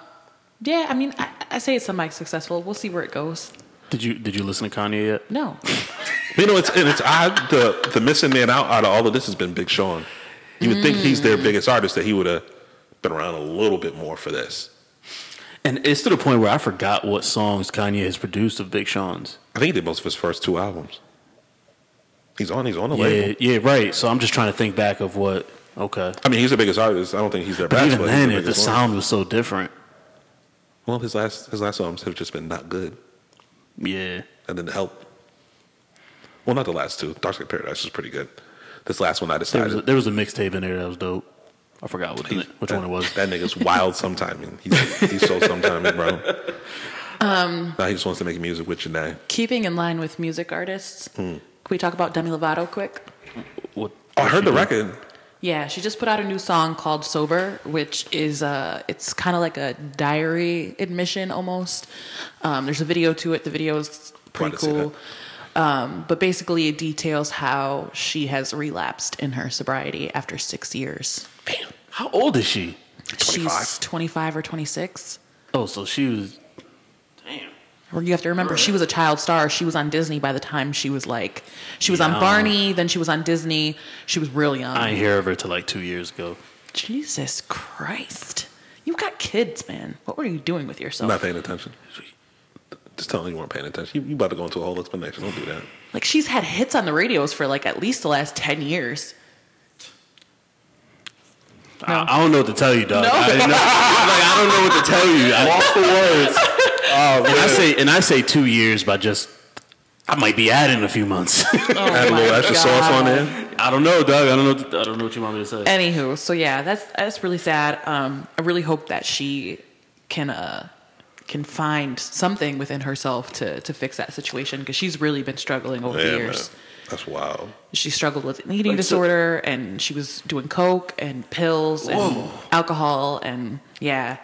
B: Yeah, I mean, I, I say it's semi-successful. We'll see where it goes.
A: Did you did you listen to Kanye yet?
B: No,
C: You know, it's and it's odd. The the missing man out out of all of this has been Big Sean. You would think he's their biggest artist that he would have been around a little bit more for this.
A: And it's to the point where I forgot what songs Kanye has produced of Big Sean's.
C: I think he did most of his first two albums. He's on. He's on the label.
A: Yeah, yeah, right. So I'm just trying to think back of what. Okay,
C: I mean, he's the biggest artist. I don't think he's their
A: but
C: best.
A: even
C: but he's
A: then,
C: their
A: it, the
C: biggest one.
A: sound was so different.
C: Well, his last his last albums have just been not good.
A: Yeah,
C: And then help. Well, not the last two. Dark Side Paradise was pretty good. This last one, I
A: there
C: decided.
A: was a, there was a mixtape in there that was dope. I forgot what the,
C: he's-
A: ni- which one it was.
C: That nigga's wild sometime. He's, he's so sometime, bro. Um, now he just wants to make music with Janae.
B: keeping in line with music artists,
A: Hmm.
B: can we talk about Demi Lovato quick?
A: What-
C: Oh, I
A: what
C: heard
A: she
C: the
A: did.
C: record.
B: Yeah, she just put out a new song called "Sober," which is uh, it's kind of like a diary admission almost. Um, there's a video to it. The video is pretty
C: Wanted to see
B: cool, um, but basically it details how she has relapsed in her sobriety after six years.
A: Damn, how old is she?
B: She's
C: 25?
B: 25 or 26.
A: Oh, so she was. Damn.
B: Or you have to remember, she was a child star. She was on Disney by the time she was like, she was
A: Young.
B: on Barney, then she was on Disney. She was real young.
A: I didn't hear of her till like two years ago.
B: Jesus Christ. You got kids, man. What were you doing with yourself?
C: I'm not paying attention. Just tell me you weren't paying attention. You, you about to go into a whole explanation. Don't do that.
B: Like, she's had hits on the radios for like at least the last 10 years.
A: I, I don't know what to tell you, dog.
B: No.
A: I, didn't know- like, I don't know what to tell you. I, Walk the words. and I say, and I say two years by just. I might be adding a few months.
C: Add a little
B: Oh, my
C: extra sauce on
B: God.
C: there.
A: I don't know, dog. I don't know. What I don't know what you want me to say.
B: Anywho, so yeah, that's that's really sad. Um, I really hope that she can uh, can find something within herself to to fix that situation because she's really been struggling over the
C: Yeah, man.
B: years.
C: That's wild.
B: she struggled with an eating
A: Like, so-
B: disorder and she was doing coke and pills and alcohol and yeah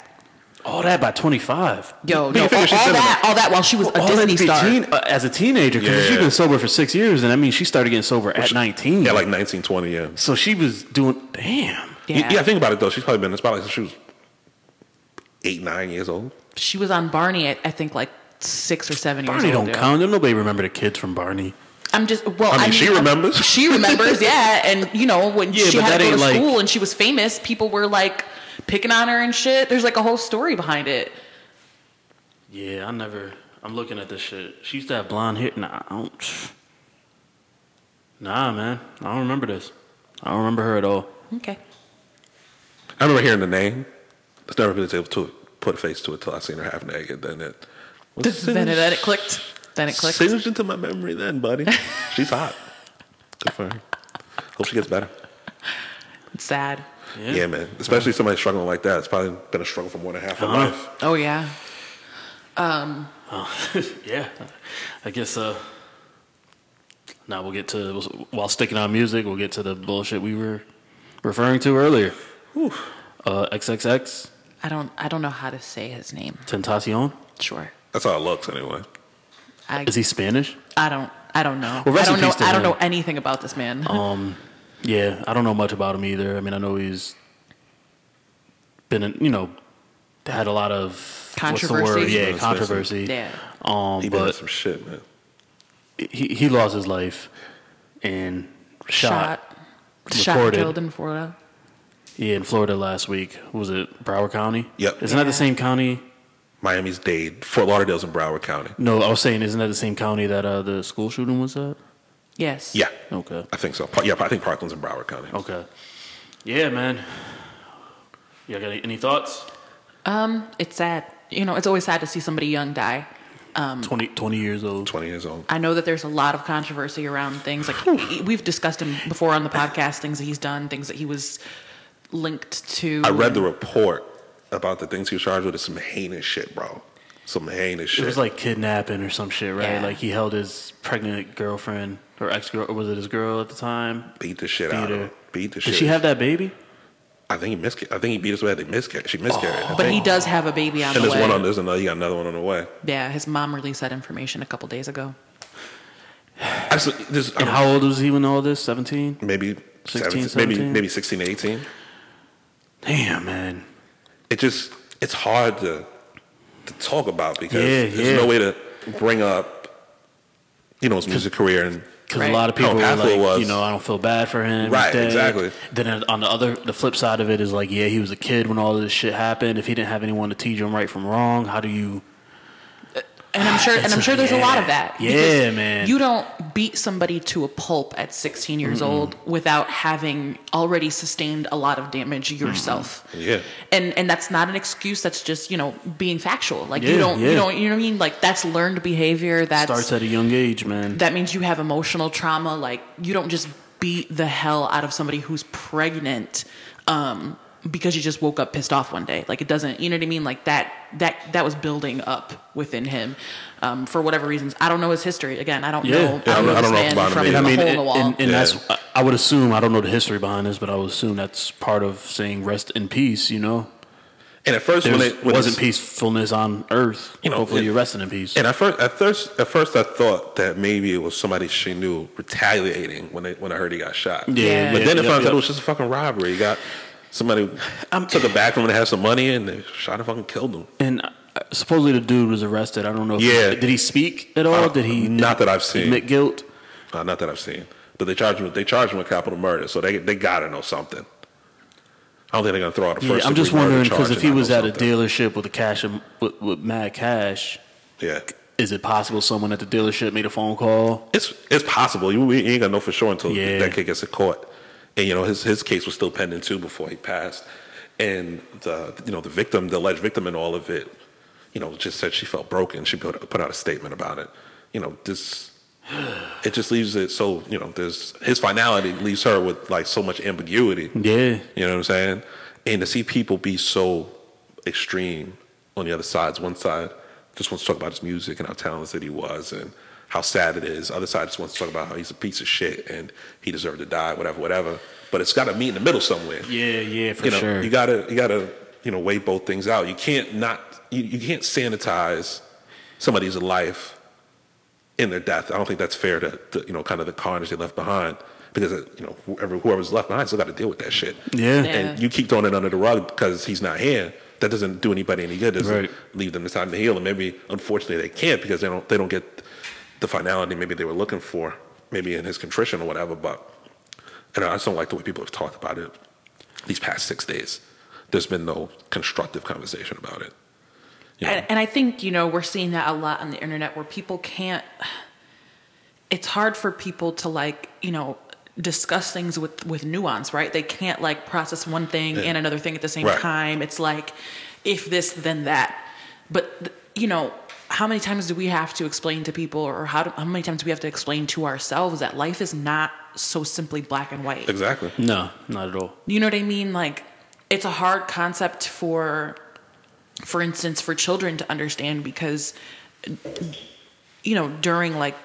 A: All that by twenty five.
B: yo
C: Make
B: no,
C: you
B: all,
C: think she's
B: all
C: feminine.
B: that all that while she was a disney star
A: uh, as a teenager, because
C: Yeah.
A: she's been sober for six years, and I mean, she started getting sober at nineteen.
C: Yeah, like 1920, yeah.
A: so she was doing. Damn.
B: yeah.
C: yeah. Yeah, think about it, though. She's probably been in the spotlight since she was eight, nine years old.
B: she was on barney at i think like six or seven
A: Barney
B: years old
A: don't
B: yo.
A: count. Don't Nobody remember the kids from Barney.
B: i'm just well
C: I mean, she
B: I'm-
C: remembers.
B: she remembers yeah and you know when
A: Yeah,
B: she
A: but
B: had to
A: that
B: go to
A: ain't like-
B: school and she was famous people were like picking on her and shit there's like a whole story behind it
A: Yeah, I never. I'm looking at this shit. She used to have blonde hair. Nah, I don't. Nah, man. I don't remember this. I don't remember her at all.
B: okay
C: I remember hearing the name. I've never been able to put a face to it till I seen her half naked. Then it was
B: then it, then it clicked then it clicked
C: singed into my memory. Then, buddy, she's hot. Good for her. Hope she gets better.
B: it's sad
A: Yeah.
C: Yeah, man. Especially somebody struggling like that. It's probably been a struggle for more than half her
A: Uh-huh.
C: life.
B: oh yeah
A: Oh, yeah. I guess. uh Now we'll get to while sticking on music. We'll get to the bullshit we were referring to earlier. Uh, XXX
B: i don't i don't know how to say his name
A: Tentacion.
B: Sure.
C: That's how it looks, anyway.
B: I,
A: Is he Spanish?
B: I don't I don't know.
A: Well,
B: I
A: rest
B: don't
A: in
B: know
A: peace to
B: I don't
A: him. Oh,
B: know anything about this man.
A: Um, Yeah, I don't know much about him either. I mean, I know he's been, in, you know, had a lot of What's the word?
B: Controversy.
A: Yeah, controversy.
B: yeah.
A: Um,
C: He been in
A: but
C: some shit, man.
A: he he lost his life and shot,
B: Shot. Shot and
A: recorded.
B: killed in Florida.
A: yeah in Florida last week. Was it Broward County?
C: Yep.
A: Isn't that
B: Yeah.
A: the same county?
C: Miami's Dade, Fort Lauderdale's in Broward County.
A: No, I was saying, isn't that the same county that uh, the school shooting was at?
B: Yes.
C: Yeah,
A: Okay.
C: I think so. Pa- Yeah, I think Parkland's in Broward County.
A: Okay. Yeah, man. Yeah, got any, any thoughts?
B: Um, it's sad. You know, it's always sad to see somebody young die. Hmm.
A: 20, 20 years old.
C: 20 years old.
B: I know that there's a lot of controversy around things like we've discussed him before on the podcast, things that he's done, things that he was linked to.
C: I read the report about the things he was charged with. It's some heinous shit, bro. Some heinous shit.
A: It was like kidnapping or some shit, right?
B: Yeah.
A: Like he held his pregnant girlfriend or ex girl, or was it his girl at the time?
C: beat the shit out
A: Beat
C: of
A: her.
C: him. Beat the shit.
A: Did she have that baby?
C: I think he misca- I think he beat us with it. They miscarried. She miscarried.
A: Oh.
C: I
B: but
C: think.
B: he does have a baby on
C: And
B: the
C: there's
B: way.
C: one on. There's another. You got another one on the way.
B: yeah, his mom released that information a couple days ago.
C: I s- this-
A: And
C: I'm-
A: how old was he when all this? 17?
C: maybe
A: 16,
C: 17, maybe
A: 17?
C: maybe 16 to 18.
A: Damn, man.
C: It just it's hard to to talk about because
A: Yeah,
C: there's
A: yeah.
C: no way to bring up you know his music career and
A: Because
B: Right.
A: a lot of people
C: How
A: were
C: impactful it
A: like,
C: Oh, was.
A: you know, I don't feel bad for him. he's
C: Right,
A: dead.
C: exactly.
A: Then on the other, the flip side of it is like, yeah, he was a kid when all this shit happened. If he didn't have anyone to teach him right from wrong, how do you?
B: And I'm sure, and I'm sure there's a lot of
A: Yeah.
B: that.
A: Yeah,
B: because
A: man.
B: You don't beat somebody to a pulp at 16 years old without having already sustained a lot of damage yourself.
C: Yeah.
B: And and that's not an excuse. That's just you know being factual. Like you
A: Yeah,
B: don't, you
A: yeah.
B: don't, you know what I mean. Like that's learned behavior. That's
A: starts at a young age, man.
B: that means you have emotional trauma. Like you don't just beat the hell out of somebody who's pregnant um, because you just woke up pissed off one day. Like it doesn't, you know what I mean? Like that that that was building up within him um, for whatever reasons. I don't know his history. Again, I don't
A: Yeah.
B: know.
A: Yeah,
B: I don't know,
C: I
B: this
C: don't know
B: man
C: about him
B: from
C: either.
B: a
C: I mean,
B: hole in
A: and,
B: the wall.
A: and, and
C: Yeah.
A: that's I- I would assume I don't know the history behind this, but I would assume that's part of saying rest in peace. You know,
C: and at first
A: there
C: when it when
A: wasn't
C: it's-
A: peacefulness on earth.
C: You know,
A: hopefully
C: it-
A: you're resting in peace.
C: And at first, at first, at first, I thought that maybe it was somebody she knew retaliating when they, when I heard he got shot.
B: Yeah.
C: But
B: Yeah,
C: then it
A: yep,
C: found out
A: yep.
C: it was just a fucking robbery. He got somebody took a back room and had some money and they shot and fucking killed him.
A: And uh, supposedly the dude was arrested. I don't know. If
C: Yeah.
A: did he speak at all?
C: Uh,
A: did he?
C: not that I've seen.
A: admit guilt?
C: Uh, not that I've seen. But they charged him. They charged him with capital murder, so they they gotta know something. I don't think they're gonna throw out a first.
A: Yeah, I'm just
C: degree murder
A: wondering because
C: charge
A: if he
C: and not
A: was
C: know
A: at a
C: something.
A: dealership with a cash of- with, with mad cash,
C: yeah,
A: is it possible someone at the dealership made a phone call?
C: it's it's possible. You, we ain't gonna know for sure until
A: Yeah.
C: that kid gets to court. And you know his his case was still pending too before he passed. And the you know the victim, the alleged victim, in all of it, you know, just said she felt broken. She put put out a statement about it. You know, this it just leaves it so you know there's his finality leaves her with like so much ambiguity.
A: Yeah,
C: You know what I'm saying? And to see people be so extreme on the other sides, one side just wants to talk about his music and how talented he was and how sad it is. Other side just wants to talk about how he's a piece of shit and he deserved to die, whatever, whatever. But it's got to meet in the middle somewhere.
A: yeah, yeah, for
C: you know,
A: sure.
C: you gotta you gotta you know weigh both things out. You can't not you, you can't sanitize somebody's life in their death. I don't think that's fair to, to you know kind of the carnage they left behind because uh, you know whoever whoever's left behind still got to deal with that shit.
A: yeah,
B: Yeah.
C: And you keep throwing it under the rug because he's not here. That doesn't do anybody any good. Doesn't
A: Right.
C: leave them the time to heal. And maybe unfortunately they can't because they don't they don't get the finality maybe they were looking for, maybe in his contrition or whatever. But and I just don't like the way people have talked about it these past six days. There's been no constructive conversation about it. You know?
B: And, and I think, you know, we're seeing that a lot on the internet where people can't, it's hard for people to like, you know, discuss things with, with nuance, right? They can't like process one thing and another thing at the same
C: Right.
B: time. It's like, if this, then that. But, th- you know, how many times do we have to explain to people or how, do, how many times do we have to explain to ourselves that life is not so simply black and white?
C: exactly.
A: no, not at all.
B: You know what I mean? Like it's a hard concept for for instance for children to understand because you know, during like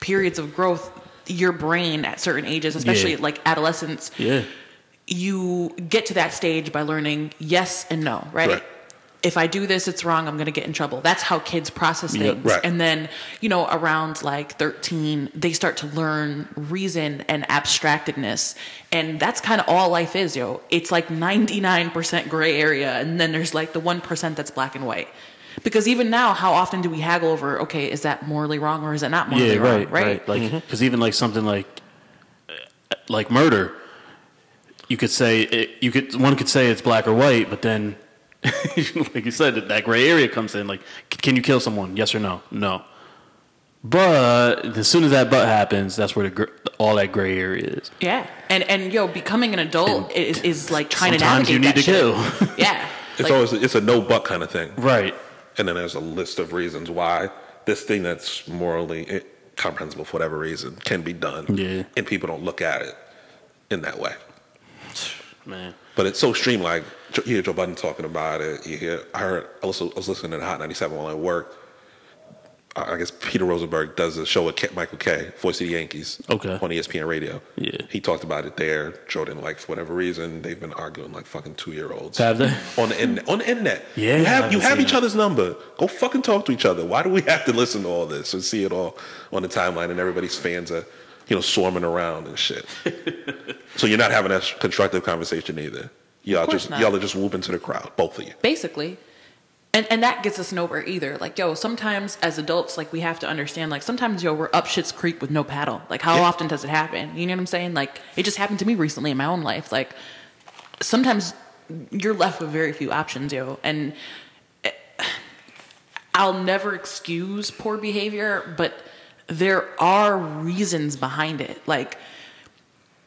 B: periods of growth, your brain at certain ages, especially
A: Yeah.
B: like adolescence,
A: Yeah,
B: you get to that stage by learning yes and no, right?
C: Right.
B: If I do this, it's wrong. I'm going to get in trouble. That's how kids process
A: Yeah,
B: things.
C: right.
B: And then, you know, around like 13, they start to learn reason and abstractedness. And that's kind of all life is, yo. It's like 99% gray area. And then there's like the 1% that's black and white. Because even now, how often do we haggle over, okay, is that morally wrong or is that not morally
A: yeah,
B: wrong?
A: right, right. Like
C: Mm-hmm.
A: because even like something like uh, like murder, you could say it, you could one could say it's black or white, but then like you said, that gray area comes in. Like, c- can you kill someone? Yes or no? No. But as soon as that but happens, that's where the gr- all that gray area is.
B: Yeah, and and yo, becoming an adult is, is like trying to
A: Sometimes
B: navigate
A: you need to
B: that shit. Yeah,
C: It's
B: Like,
C: always it's a no buck kind of thing.
A: Right.
C: And then there's a list of reasons why this thing that's morally eh, comprehensible for whatever reason can be done.
A: Yeah.
C: And people don't look at it in that way.
A: Man.
C: But it's so streamlined. You hear Joe Budden talking about it. You hear I heard I was, I was listening to Hot 97 while I work. I I guess Peter Rosenberg does a show with Ke- Michael Kay, voice of the Yankees,
A: Okay.
C: on E ESPN Radio.
A: Yeah.
C: he talked about it there. Joe didn't like for whatever reason. They've been arguing like fucking two year olds
A: Have they?
C: on the internet. On the internet,
A: Yeah,
C: you
A: I
C: have you
A: haven't
C: have
A: seen
C: each
A: it.
C: other's number. Go fucking talk to each other. Why do we have to listen to all this and see it all on the timeline? And everybody's fans are, you know, swarming around and shit. so you're not having a constructive conversation either. Y'all
B: course
C: just
B: not.
C: y'all are just whooping to the crowd, both of you.
B: basically. And and that gets us nowhere either. Like yo, sometimes as adults, like we have to understand. Like sometimes yo, we're up shit's creek with no paddle. Like how
C: Yeah.
B: often does it happen? You know what I'm saying? Like it just happened to me recently in my own life. Like sometimes you're left with very few options, yo. And eh, I'll never excuse poor behavior, but there are reasons behind it. Like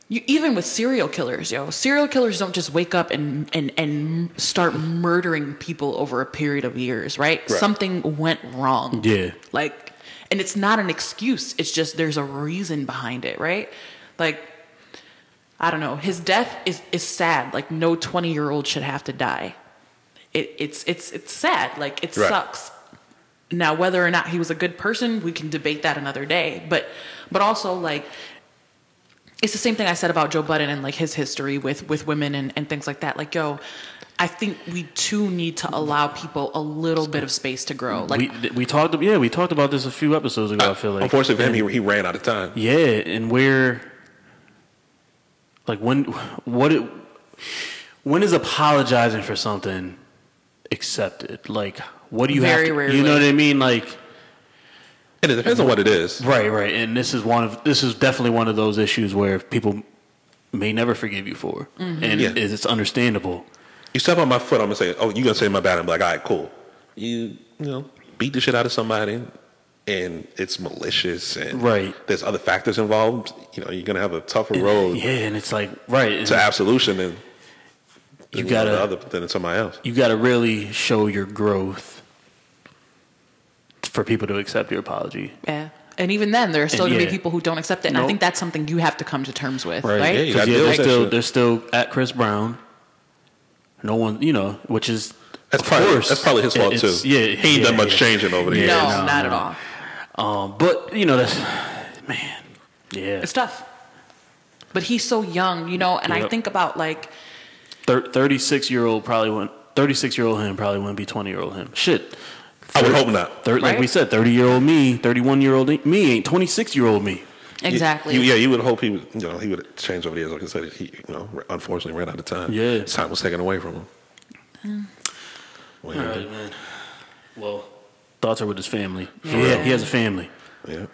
B: you, even with serial killers, yo, serial killers don't just wake up and, and, and start murdering people over a period of years, right?
C: Right.
B: Something went wrong.
A: Yeah.
B: Like, and it's not an excuse. It's just there's a reason behind it, right? Like, I don't know. His death is, is sad. Like, no 20 year old should have to die. It, it's, it's, it's sad. Like, it
C: Right.
B: sucks. Now, whether or not he was a good person, we can debate that another day. But, but also, like, it's the same thing I said about Joe Budden and like his history with with women and, and things like that. Like, yo, I think we too need to allow people a little bit of space to grow. Like,
A: we th- we talked yeah we talked about this a few episodes ago. I feel like
C: Uh, Unfortunately for him, he, he ran out of time.
A: yeah, and where like when what it when is apologizing for something accepted? Like what do you
B: Very
A: have? To,
B: rarely.
A: you know what I mean? Like
C: And it depends on what it is.
A: right, right. And this is one of this is definitely one of those issues where people may never forgive you for,
B: Mm-hmm.
A: and
C: Yeah.
A: it's it's understandable.
C: You step on my foot, I'm gonna say, "Oh, you gonna say my bad?" I'm like, "All right, cool." You you know beat the shit out of somebody, and it's malicious, and
A: Right.
C: There's other factors involved. You know, you're gonna have a tougher road
A: Yeah, and it's like right. and
C: to absolution than
A: you
C: than
A: gotta
C: the other than somebody else.
A: you got to really show your growth for people to accept your apology.
B: yeah. And even then, there are still
A: And
B: going to
A: yeah.
B: be people who don't accept it. And I
A: Nope.
B: think that's something you have to come to terms with, right?
A: right?
C: Yeah, you
A: Because
C: gotta
A: yeah,
C: deal
A: they're
C: with that
A: still
C: shit.
A: they're still at Chris Brown. No one, you know, which is
C: That's
A: of
C: probably
A: course,
C: that's probably his fault
A: it's-
C: too.
A: Yeah,
C: he ain't
A: yeah,
C: done much
A: yeah.
C: changing over the
B: No,
C: years.
A: no,
B: not
A: no.
B: at all.
A: Um, but you know, that's man, yeah,
B: It's tough. But he's so young, you know. And I
A: Yep.
B: think about like,
A: thirty six year old probably wouldn't thirty six year old him probably wouldn't be twenty year old him. Shit,
C: I would hope not.
A: Thir- like we
B: Right?
A: said, thirty year old me, thirty one year old me ain't twenty six year old me.
B: exactly.
C: You, you- yeah, you would hope he would. You know, he would change over the years. Like I said, he you know unfortunately ran out of time.
A: Yeah.
C: His time was taken away from him. Well,
A: All right, man. Well, thoughts are with his family. Yeah,
B: real.
A: he has a family.
C: yeah.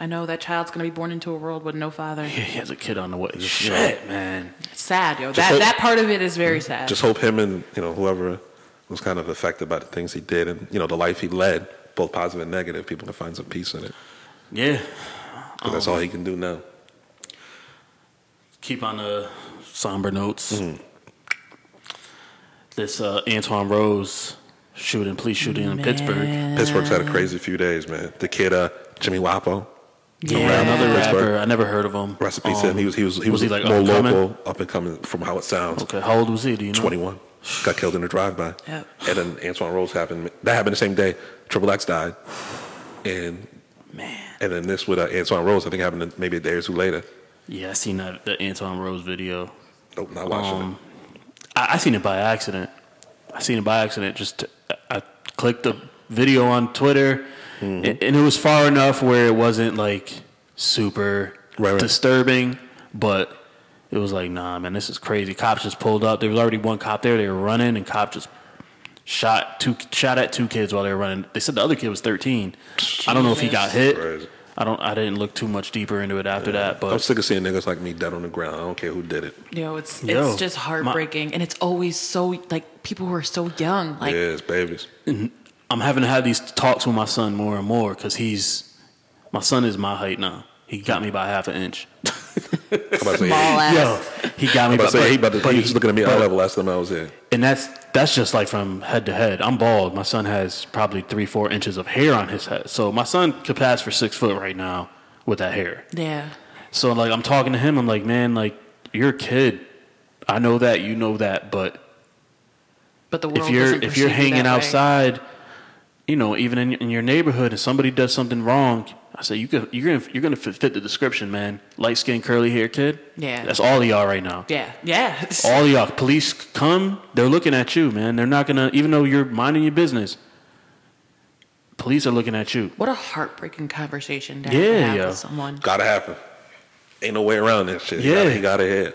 B: I know that child's going to be born into a world with no father.
A: Yeah, he has a kid on the way. Shit, man.
B: It's sad, yo. That
C: hope-
B: that part of it is
A: Mm-hmm.
B: very sad.
C: just hope him and you know whoever was kind of affected by the things he did and you know the life he led, both positive and negative, people can find some peace in it.
A: Yeah.
C: 'Cause that's all he can do now.
A: keep on the somber notes.
C: Mm-hmm.
A: This uh, Antoine Rose shooting, police shooting in Pittsburgh.
C: Pittsburgh's had a crazy few days, man. The kid, uh, Jimmy Wapo,
A: Yeah, another
C: Pittsburgh.
A: rapper. I never heard of him.
C: recipe
A: Um,
C: said he was he was he was,
A: he like
C: more
A: up and coming?
C: local, up and coming from how it sounds.
A: Okay, how old was he? Do you know?
C: Twenty one, got killed in a drive by,
B: Yep.
C: and then Antoine Rose happened. That happened the same day. Triple X died, and
A: Man.
C: and then this with uh, Antoine Rose, I think happened maybe a day or two later.
A: Yeah, I seen that the Antoine Rose video.
C: Nope, not watching
A: Um, I, I seen it by accident. I seen it by accident. Just I clicked the video on Twitter,
C: Mm-hmm.
A: and, and it was far enough where it wasn't like super
C: Right, right.
A: disturbing, but it was like, nah, man, this is crazy. Cops just pulled up. There was already one cop there. They were running, and cop just shot two shot at two kids while they were running. They said the other kid was thirteen. I don't know if he got
B: Jesus.
A: hit.
C: Crazy.
A: I don't. I didn't look too much deeper into it after that,
C: it. I'm
A: but
C: sick of seeing niggas like me dead on the ground. I don't care who did it.
B: Yo, it's
A: Yo,
B: it's just
A: my-
B: heartbreaking, and it's always so like people who are so young, like
C: yes, babies.
A: I'm having to have these talks with my son more and more because he's My son is my height now. He got me by half an inch.
C: I'm about to say,
D: Small
C: hey,
D: ass.
A: Yo, he got me
C: I'm about to say, hey,
A: but-
C: about to,
A: but
C: he was looking at me at
A: but-
C: eye level last time I was here.
A: and that's that's just like from head to head. I'm bald. My son has probably three, four inches of hair on his head. So my son could pass for six foot right now with that hair.
B: Yeah.
A: So like I'm talking to him, I'm like, man, like you're a kid. I know that, you know that, but
B: But the world
A: if you're
B: doesn't
A: if you're
B: perceive you
A: hanging
B: that way.
A: outside, you know, even in, in your neighborhood, and somebody does something wrong, I say you could, you're gonna you're gonna fit, fit the description, man. Light skin, curly hair, kid.
B: Yeah.
A: that's all y'all right now.
B: Yeah. Yeah.
A: All y'all. Police come, they're looking at you, man. They're not gonna, even though you're minding your business. Police are looking at you.
B: What a heartbreaking conversation to
A: Yeah,
B: have, to have
A: yeah.
B: with someone.
C: Gotta happen. Ain't no way around that shit.
A: Yeah.
C: Gotta- he got ahead.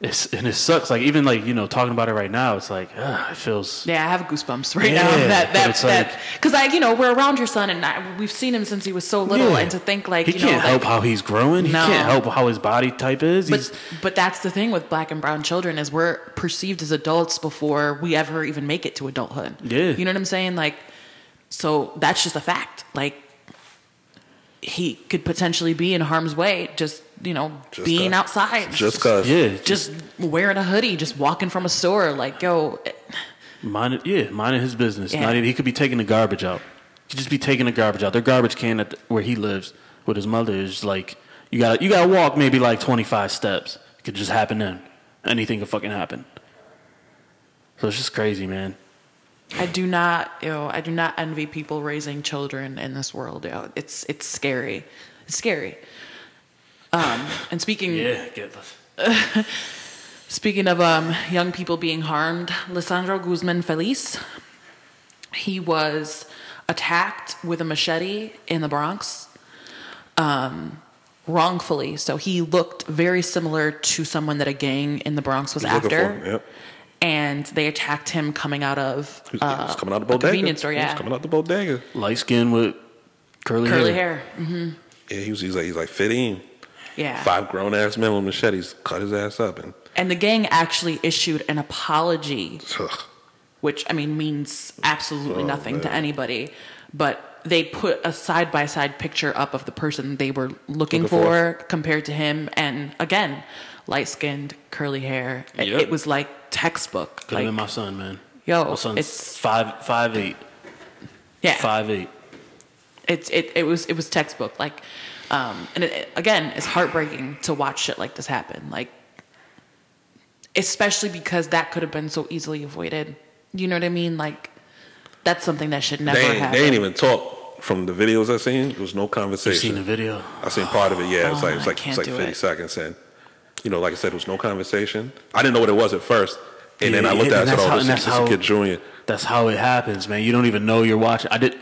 A: It's and it sucks. Like even like you know talking about it right now, it's like ugh, it feels
B: Yeah, I have goosebumps right
A: Yeah,
B: now. That
A: but
B: that
A: it's
B: that
A: like-
B: because I you know we're around your son and I, we've seen him since he was so little
A: Yeah.
B: and to think like
A: he
B: you
A: can't
B: know
A: help
B: like-
A: how he's growing.
B: No.
A: He can't help how his body type is. He's,
B: But but that's the thing with black and brown children is we're perceived as adults before we ever even make it to adulthood.
A: Yeah.
B: You know what I'm saying? Like so that's just a fact. Like he could potentially be in harm's way just, you know,
C: Just
B: being
C: 'cause.
B: outside.
C: Just cause.
A: yeah,
B: just wearing a hoodie, just walking from a store like, yo,
A: minding yeah minding his business.
B: Yeah.
A: Not even, he could be taking the garbage out. He could just be taking the garbage out. Their garbage can at the, where he lives with his mother is like you got to you got to walk maybe like twenty five steps. It could just happen then. Anything could fucking happen. So it's just crazy, man.
B: I do not, you know, I do not envy people raising children in this world. You know, it's it's scary, it's scary. Um, and speaking
A: Yeah, get this.
B: speaking of um, young people being harmed, Lisandro Guzman Feliz, he was attacked with a machete in the Bronx, um, wrongfully. So he looked very similar to someone that a gang in the Bronx was
C: He's looking for him,
B: after,
C: yeah.
B: and they attacked him coming out of
C: He was, he
B: uh,
C: was coming out the
B: a
C: bodega.
B: convenience store.
C: He was
B: Yeah,
C: coming out the bodega.
A: light skin with curly
B: curly
A: hair.
B: hair.
C: Yeah, he was, he's like, he's like 15.
B: Yeah.
C: Five grown ass men with machetes cut his ass up and
B: And the gang actually issued an apology,
C: ugh,
B: which I mean means absolutely
C: Oh,
B: nothing to
C: man.
B: anybody, but they put a side by side picture up of the person they were looking,
C: Looking
B: for,
C: for.
B: compared to him and again, light skinned, curly hair. It,
A: Yep.
B: it was like textbook.
A: Could
B: like,
A: have been my son, man.
B: Yo,
A: my son's
B: it's-
A: five five eight.
B: yeah.
A: Five eight.
B: it's it, it was it was textbook like um and it, it- again it's heartbreaking to watch shit like this happen like especially because that could have been so easily avoided you know what i mean like that's something that should never
C: they ain't,
B: happen
C: they ain't even talk from the videos I seen. There was no
A: You seen
C: conversation.
A: the video?
C: I seen part of it. Yeah, it was
B: Oh,
C: like it was
B: I
C: like, it was
B: can't
C: like
B: do
C: fifty
B: it.
C: seconds in. You know, like I said, it was no conversation. I didn't know what it was at first, and then
A: Yeah,
C: I looked
A: yeah,
C: at it.
A: and
C: I said,
A: that's
C: "Oh,
A: how-
C: this
A: and that's
C: is this is
A: how-
C: Kid Junior."
A: That's how it happens, man. You don't even know you're watching. I did.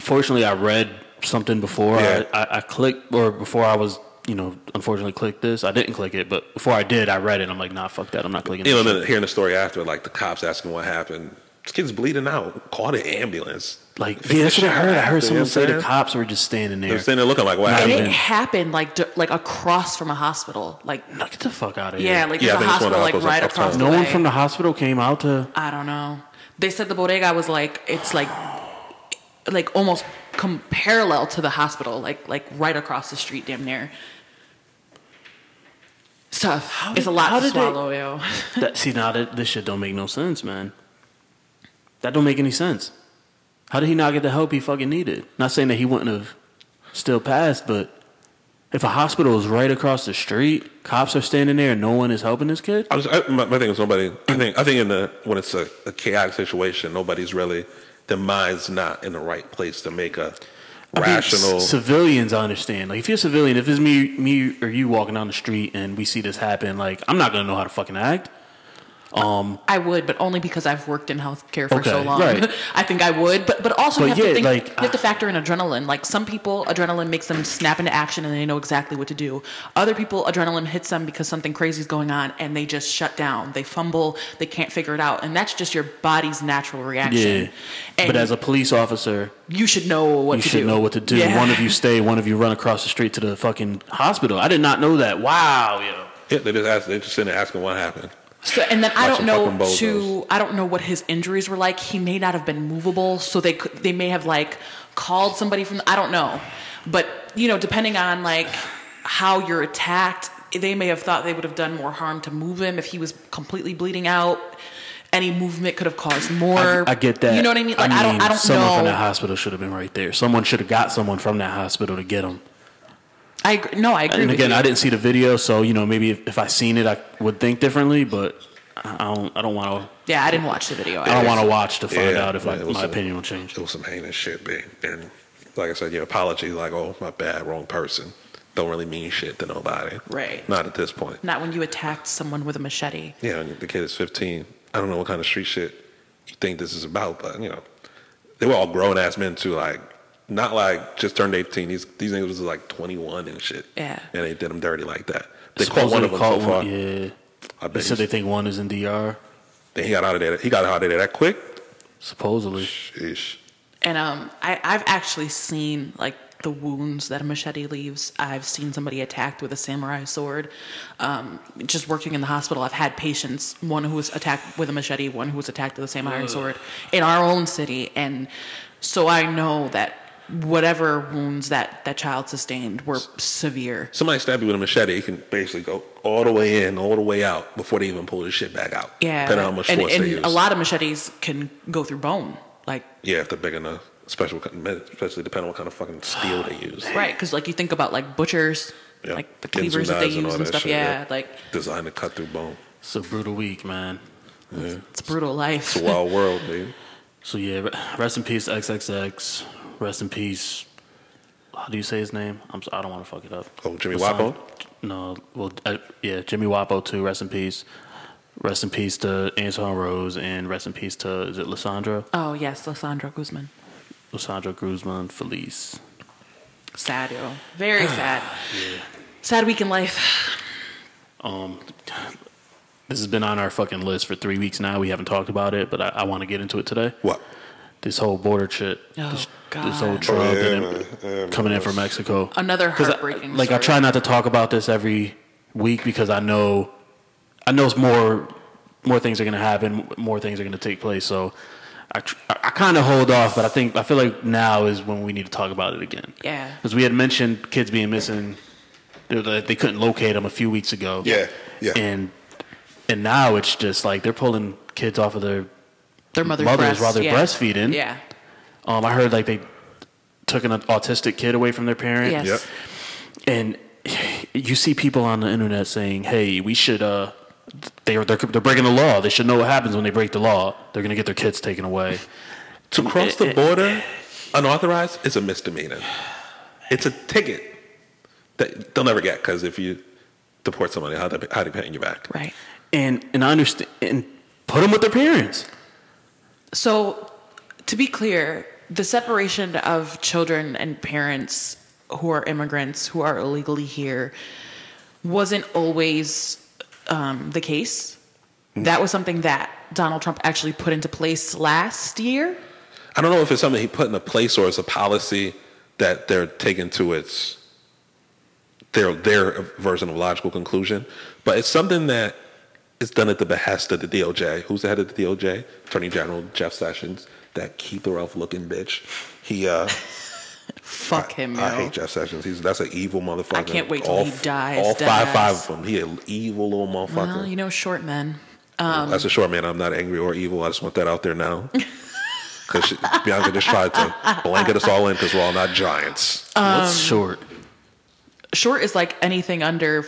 A: Fortunately, I read something before
C: Yeah.
A: I, I, I clicked, or before I was, you know, unfortunately clicked this. I didn't click it, but before I did, I read it. I'm like, nah, fuck that. I'm not clicking.
C: You
A: this
C: know,
A: shit.
C: then hearing the story after, like the cops asking what happened. This kid's bleeding out. Call the ambulance.
A: like,
C: Fix
A: yeah,
C: the
A: that's what I
C: shit
A: heard. I
C: out. You know
A: heard someone
C: what I'm
A: say the
C: saying?
A: cops were just standing there.
C: They're sitting there looking like, "What
B: and
A: even-
B: it
C: happened?"
B: happened like d- like across from a hospital like
A: Nah, get the fuck out of here.
B: yeah like there's a
C: Yeah, I think it's one
B: hospital
C: of
B: like
C: the hospitals
B: right
C: up
B: across
C: top.
B: the
A: no one
B: way.
A: from the hospital came out to.
B: i don't know they said the bodega was like it's like like almost com- parallel to the hospital like like right across the street damn near Stuff. it's
A: did-
B: a lot
A: how
B: to
A: did they-
B: swallow, yo.
A: That, see, now that this shit don't make no sense, man. That don't make any sense. How did he not get the help he fucking needed? Not saying that he wouldn't have still passed, but if a hospital is right across the street, cops are standing there and no one is helping this kid.
C: I was, I, my, my thing is nobody. I think I think in the when it's a, a chaotic situation, nobody's really their mind's not in the right place to make a
A: I mean,
C: rational.
A: c- civilians, I understand. Like, if you're a civilian, if it's me, me or you walking down the street and we see this happen, like, I'm not gonna know how to fucking act.
B: I would, but only because I've worked in healthcare for so
A: Okay,
B: long.
A: right.
B: I think I would, but but also you
A: But yeah,
B: have to think,
A: like,
B: you have to factor in adrenaline. Like some people, adrenaline makes them snap into action and they know exactly what to do. Other people, adrenaline hits them because something crazy is going on and they just shut down. They fumble. They can't figure it out, and that's just your body's natural reaction.
A: Yeah.
B: And
A: but as a police officer,
B: you should know what
A: you
B: to
A: should
B: do.
A: know what to do.
B: Yeah.
A: One of you stay, one of you run across the street to the fucking hospital. I did not know that. Wow, yo.
C: yeah, they just ask. They just sitting there asking what happened.
B: So, and then I
C: Watch
B: don't
C: them fucking
B: know
C: bozos.
B: to I don't know what his injuries were like. He may not have been movable, so they could, they may have like called somebody from I don't know, but you know depending on like how you're attacked, they may have thought they would have done more harm to move him if he was completely bleeding out. Any movement could have caused more.
A: I, I get that.
B: You know what I mean? Like I, don't I don't
A: someone from that
B: know.
A: hospital should have been right there. Someone should have got someone from that hospital to get him.
B: I agree. no, I agree.
A: And
B: with
A: again,
B: you.
A: I didn't see the video, so you know maybe if, if I seen it, I would think differently. But I I don't. I don't want to.
B: Yeah, I didn't watch the video.
A: I don't want to watch to find
C: Yeah,
A: out if
C: yeah,
A: I,
C: it was
A: my
C: a-
A: opinion will change.
C: It was some heinous shit, man. And like I said, your apology, like, oh, my bad, wrong person. Don't really mean shit to nobody.
B: Right.
C: Not at this point.
B: Not when you attacked someone with a machete.
C: Yeah, and the kid is 15. I don't know what kind of street shit you think this is about, but, you know, they were all grown ass men, too. Like, not like just turned 18. These these niggas was like 21 and shit.
B: Yeah.
C: And they did them dirty like that. They caught
A: Supposedly
C: one of them so
A: caught
C: far.
A: one- Yeah. They
C: I
A: said
C: bet he's-
A: they think one is in DR.
C: Then he got out of there. He got out of there that quick.
A: Supposedly.
C: Sheesh.
B: And um, I, I've actually seen like the wounds that a machete leaves. I've seen somebody attacked with a samurai sword. Um, just working in the hospital, I've had patients, one who was attacked with a machete, one who was attacked with a samurai sword in our own city. And so I know that whatever wounds that that child sustained were severe.
C: Somebody stab you with a machete, you can basically go all the way in, all the way out before they even pull the shit back out.
B: Yeah.
C: Depending on how much
B: and,
C: force
B: and
C: they use.
B: a lot of machetes can go through bone. Like
C: Yeah, if they're big enough. Special, kind- especially depending on what kind of fucking steel they use.
B: Right, because like you think about like butchers,
C: Yeah.
B: like the
C: Getting some
B: cleavers that they
C: knives and
B: use
C: all
B: and,
C: that
B: stuff.
C: shit,
B: yeah,
C: yeah.
B: like
C: Designed to cut through bone.
A: It's a brutal week, man.
C: Yeah.
B: it's a brutal life.
C: It's a wild world, dude.
A: So yeah, re- rest in peace, XXX. Rest in peace. How do you say his name? I'm. So, I don't want to fuck it up.
C: Oh, Jimmy
A: The son-
C: Wapo?
A: No. Well, uh, yeah, Jimmy Wapo too. Rest in peace. Rest in peace to Anton Rose and rest in peace to is it Lissandra?
B: oh yes, Lissandra Guzman.
A: Lissandra Guzman Felice.
B: Sad, yo. Very sad. Sad week in life.
A: Um, this has been on our fucking list for three weeks now. We haven't talked about it, but I, I want to get into it today.
C: What?
A: This whole border shit.
B: Oh,
A: this,
B: God.
A: this whole drug
C: Oh, yeah,
A: and
C: man.
A: it-
C: Yeah, man.
A: coming in from Mexico.
B: Another
A: 'Cause I-
B: heartbreaking
A: like I
B: story.
A: try not to talk about this every week because I know, I know it's more, more things are gonna happen, more things are gonna take place. So. I, tr- I, I kind of hold off, but I think I feel like now is when we need to talk about it again.
B: Yeah.
A: because we had mentioned kids being missing; they, they couldn't locate them a few weeks ago.
C: Yeah, yeah.
A: And and now it's just like they're pulling kids off of their
B: Their mother's,
A: Mothers
B: breast,
A: while they're
B: yeah.
A: breastfeeding.
B: Yeah.
A: Um, I heard like they took an autistic kid away from their parent.
B: Yes.
C: Yep.
A: And you see people on the internet saying, "Hey, we should." Uh, they're they're they're breaking the law. They should know what happens when they break the law. They're gonna get their kids taken away.
C: To cross
B: Eh,
C: the border unauthorized is a misdemeanor. It's a ticket that they'll never get because if you deport somebody, how they, how they paying you back?
B: Right.
A: And and I understand. And put them with their parents.
B: So, to be clear, the separation of children and parents who are immigrants, who are illegally here, wasn't always um, the case. That was something that Donald Trump actually put into place last year.
C: I don't know if it's something he put in a place or it's a policy that they're taking to its their their version of logical conclusion, but it's something that is done at the behest of the DOJ. Who's the head of the DOJ? Attorney General Jeff Sessions, that Keith Ralph looking bitch. He uh
B: Fuck him, yo.
C: I hate Jeff Sessions. He's that's an evil motherfucker.
B: I can't wait till he dies,
C: All
B: dead
C: five five
B: ass.
C: of them. He an evil little motherfucker.
B: Well, you know, short men.
C: That's a short man. I'm not angry or evil. I just want that out there now. Because Bianca just tried to blanket us all in because we're all not giants.
A: What's short?
B: Short is like anything under
C: I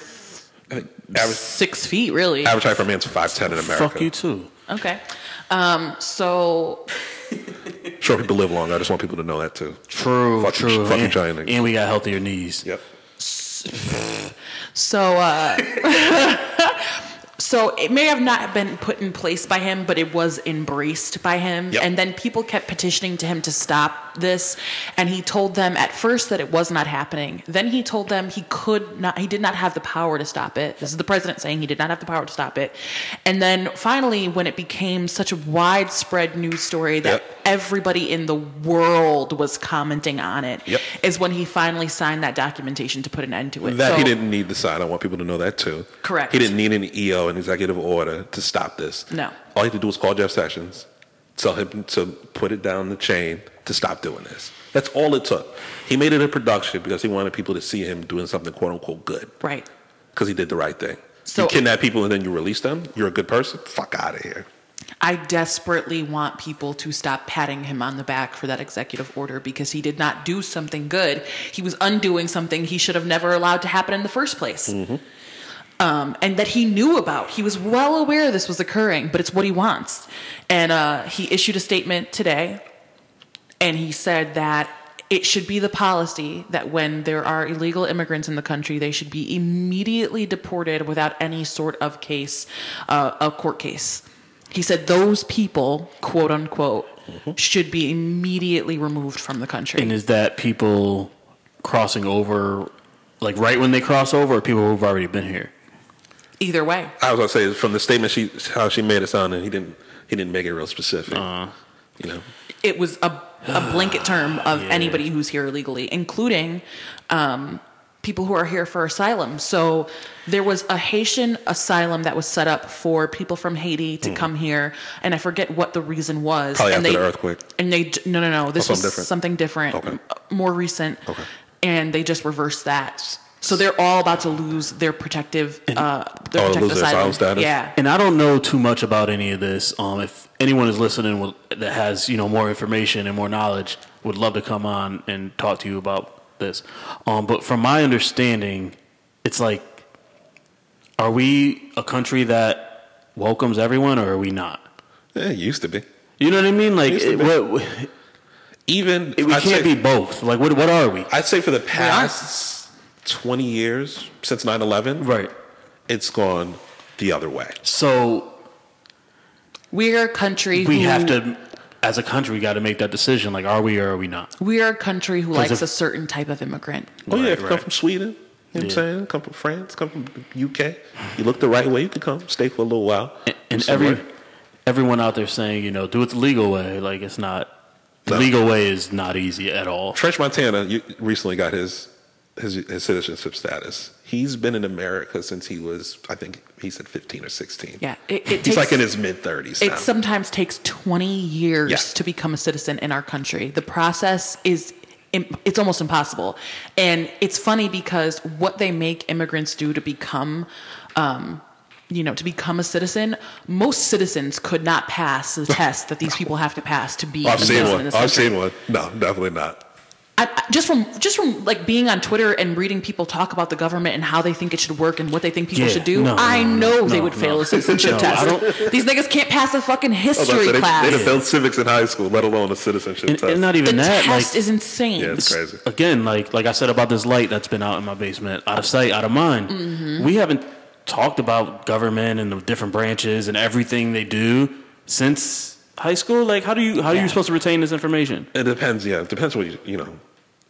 C: think average,
B: six feet, really.
C: average height for a man's 5'10 in America.
A: Fuck you too.
B: Okay. Um, so
C: Short people live longer. I just want people to know that too.
A: True.
C: Fuck you,
A: true.
C: fuck you,
A: and,
C: giant niggas.
A: and we got healthier knees.
C: Yep.
B: So, uh, so it may have not been put in place by him, but it was embraced by him.
C: Yep.
B: And then people kept petitioning to him to stop this. And he told them at first that it was not happening. Then he told them he could not, he did not have the power to stop it. This is the president saying he did not have the power to stop it. And then finally, when it became such a widespread news story that
C: Yep.
B: everybody in the world was commenting on it. Is
C: Yep.
B: when he finally signed that documentation to put an end to it.
C: That
B: So-
C: he didn't need the sign. I want people to know that too.
B: Correct.
C: He didn't need an EO, an executive order, to stop this.
B: No.
C: All he had to do was call Jeff Sessions, tell him to put it down the chain to stop doing this. That's all it took. He made it a production because he wanted people to see him doing something quote unquote good
B: Right.
C: because he did the right thing.
B: So-
C: you kidnap people and then you release them. You're a good person. Fuck out of here.
B: I desperately want people to stop patting him on the back for that executive order because he did not do something good. He was undoing something he should have never allowed to happen in the first place. Um, and that he knew about. He was well aware this was occurring, but it's what he wants. And uh, he issued a statement today, and he said that it should be the policy that when there are illegal immigrants in the country, they should be immediately deported without any sort of case, uh, a court case. He said those people, quote unquote, should be immediately removed from the country.
A: And is that people crossing over, like right when they cross over, or people who've already been here?
B: Either way.
C: I was gonna say from the statement she how she made it sound, and he didn't he didn't make it real specific.
B: Uh-huh.
C: You know,
B: it was a, a blanket term of anybody who's here illegally, including um, people who are here for asylum. So there was a Haitian asylum that was set up for people from Haiti to come here, and I forget what the reason was.
C: Hmm. Probably
B: and
C: after the earthquake.
B: And they j- no no no this
C: something
B: was
C: different.
B: something different,
C: Okay.
B: m- more recent,
C: Okay.
B: and they just reversed that. So they're all about to lose their protective, uh, their
C: Oh,
B: protective
C: lose their asylum status?
B: Yeah,
A: And I don't know too much about any of this. Um, if anyone is listening with, that has you know more information and more knowledge, would love to come on and talk to you about this. Um, but from my understanding, it's like, are we a country that welcomes everyone, or are we not?
C: yeah, it used to be.
A: You know what I mean? Like,
C: Used to
A: it,
C: be.
A: what,
C: Even
A: it- we
C: I'd
A: can't be
C: say-
A: both. Like, what what are we?
C: I'd say for the past 20 years since 9 11,
A: Right.
C: it's gone the other way.
A: So
B: we're a country.
A: we
B: who,
A: have to,
C: Mm-hmm.
A: as a country, we got to make that decision. Like, are we or are we not?
B: We're a country who likes
A: if-
B: a certain type of immigrant.
C: Oh, yeah,
A: Right,
C: if you
A: right.
C: come from Sweden, you know what I'm
A: Yeah.
C: saying? Come from France, come from UK. You look the right way, you can come, stay for a little while.
A: And,
C: Do
A: and
C: some
A: every
C: work.
A: everyone out there saying, you know, do it the legal way. Like, it's not. The
C: No.
A: legal way is not easy at all.
C: French Montana you, recently got his, his his citizenship status. He's been in America since he was, I think he said 15 or 16.
B: Yeah, it, it
C: He's
B: takes,
C: like in his mid 30s.
B: It
C: now.
B: sometimes takes twenty years
C: Yeah.
B: to become a citizen in our country. The process is. im- It's almost impossible, and it's funny because what they make immigrants do to become, um, you know, to become a citizen, most citizens could not pass the test that these people have to pass to be. a
C: I've seen
B: citizen in
C: one. I've
B: this country.
C: seen one. No, definitely not.
B: I, I- just from just from like being on Twitter and reading people talk about the government and how they think it should work and what they think people
A: Yeah,
B: should do,
A: no,
B: I
A: no,
B: know
A: no,
B: they would
A: no.
B: fail a citizenship
A: No, I
B: test.
A: don't-
B: These niggas can't pass a fucking
C: Oh,
B: history
C: that's- they,
B: class.
C: they done failed civics in high school, let alone a citizenship
A: And,
C: test.
A: and not
B: the
A: even that.
B: test
A: Like,
B: is insane.
C: Yeah, it's crazy.
A: again, like like I said about this light that's been out in my basement, out of sight, out of mind.
B: Mm-hmm.
A: We haven't talked about government and the different branches and everything they do since high school. Like, how do you how are
B: Yeah.
A: you supposed to retain this information?
C: It depends. Yeah, it depends what you you know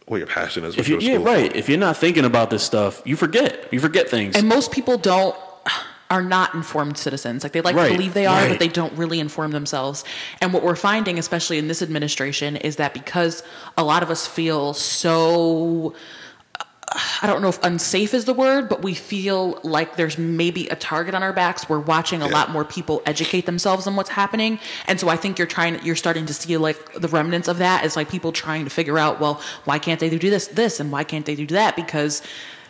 C: what your passion is.
A: If
C: what
A: you,
C: you,
A: yeah, right. If you're not thinking about this stuff, you forget. You forget things.
B: And most people don't are not informed citizens. Like they like
A: Right,
B: to believe they are,
A: right.
B: but they don't really inform themselves. And what we're finding, especially in this administration, is that because a lot of us feel so I don't know if unsafe is the word, but we feel like there's maybe a target on our backs. We're watching a
C: Yeah.
B: lot more people educate themselves on what's happening, and so I think you're trying, you're starting to see like the remnants of that is like people trying to figure out, well, why can't they do this, this, and why can't they do that because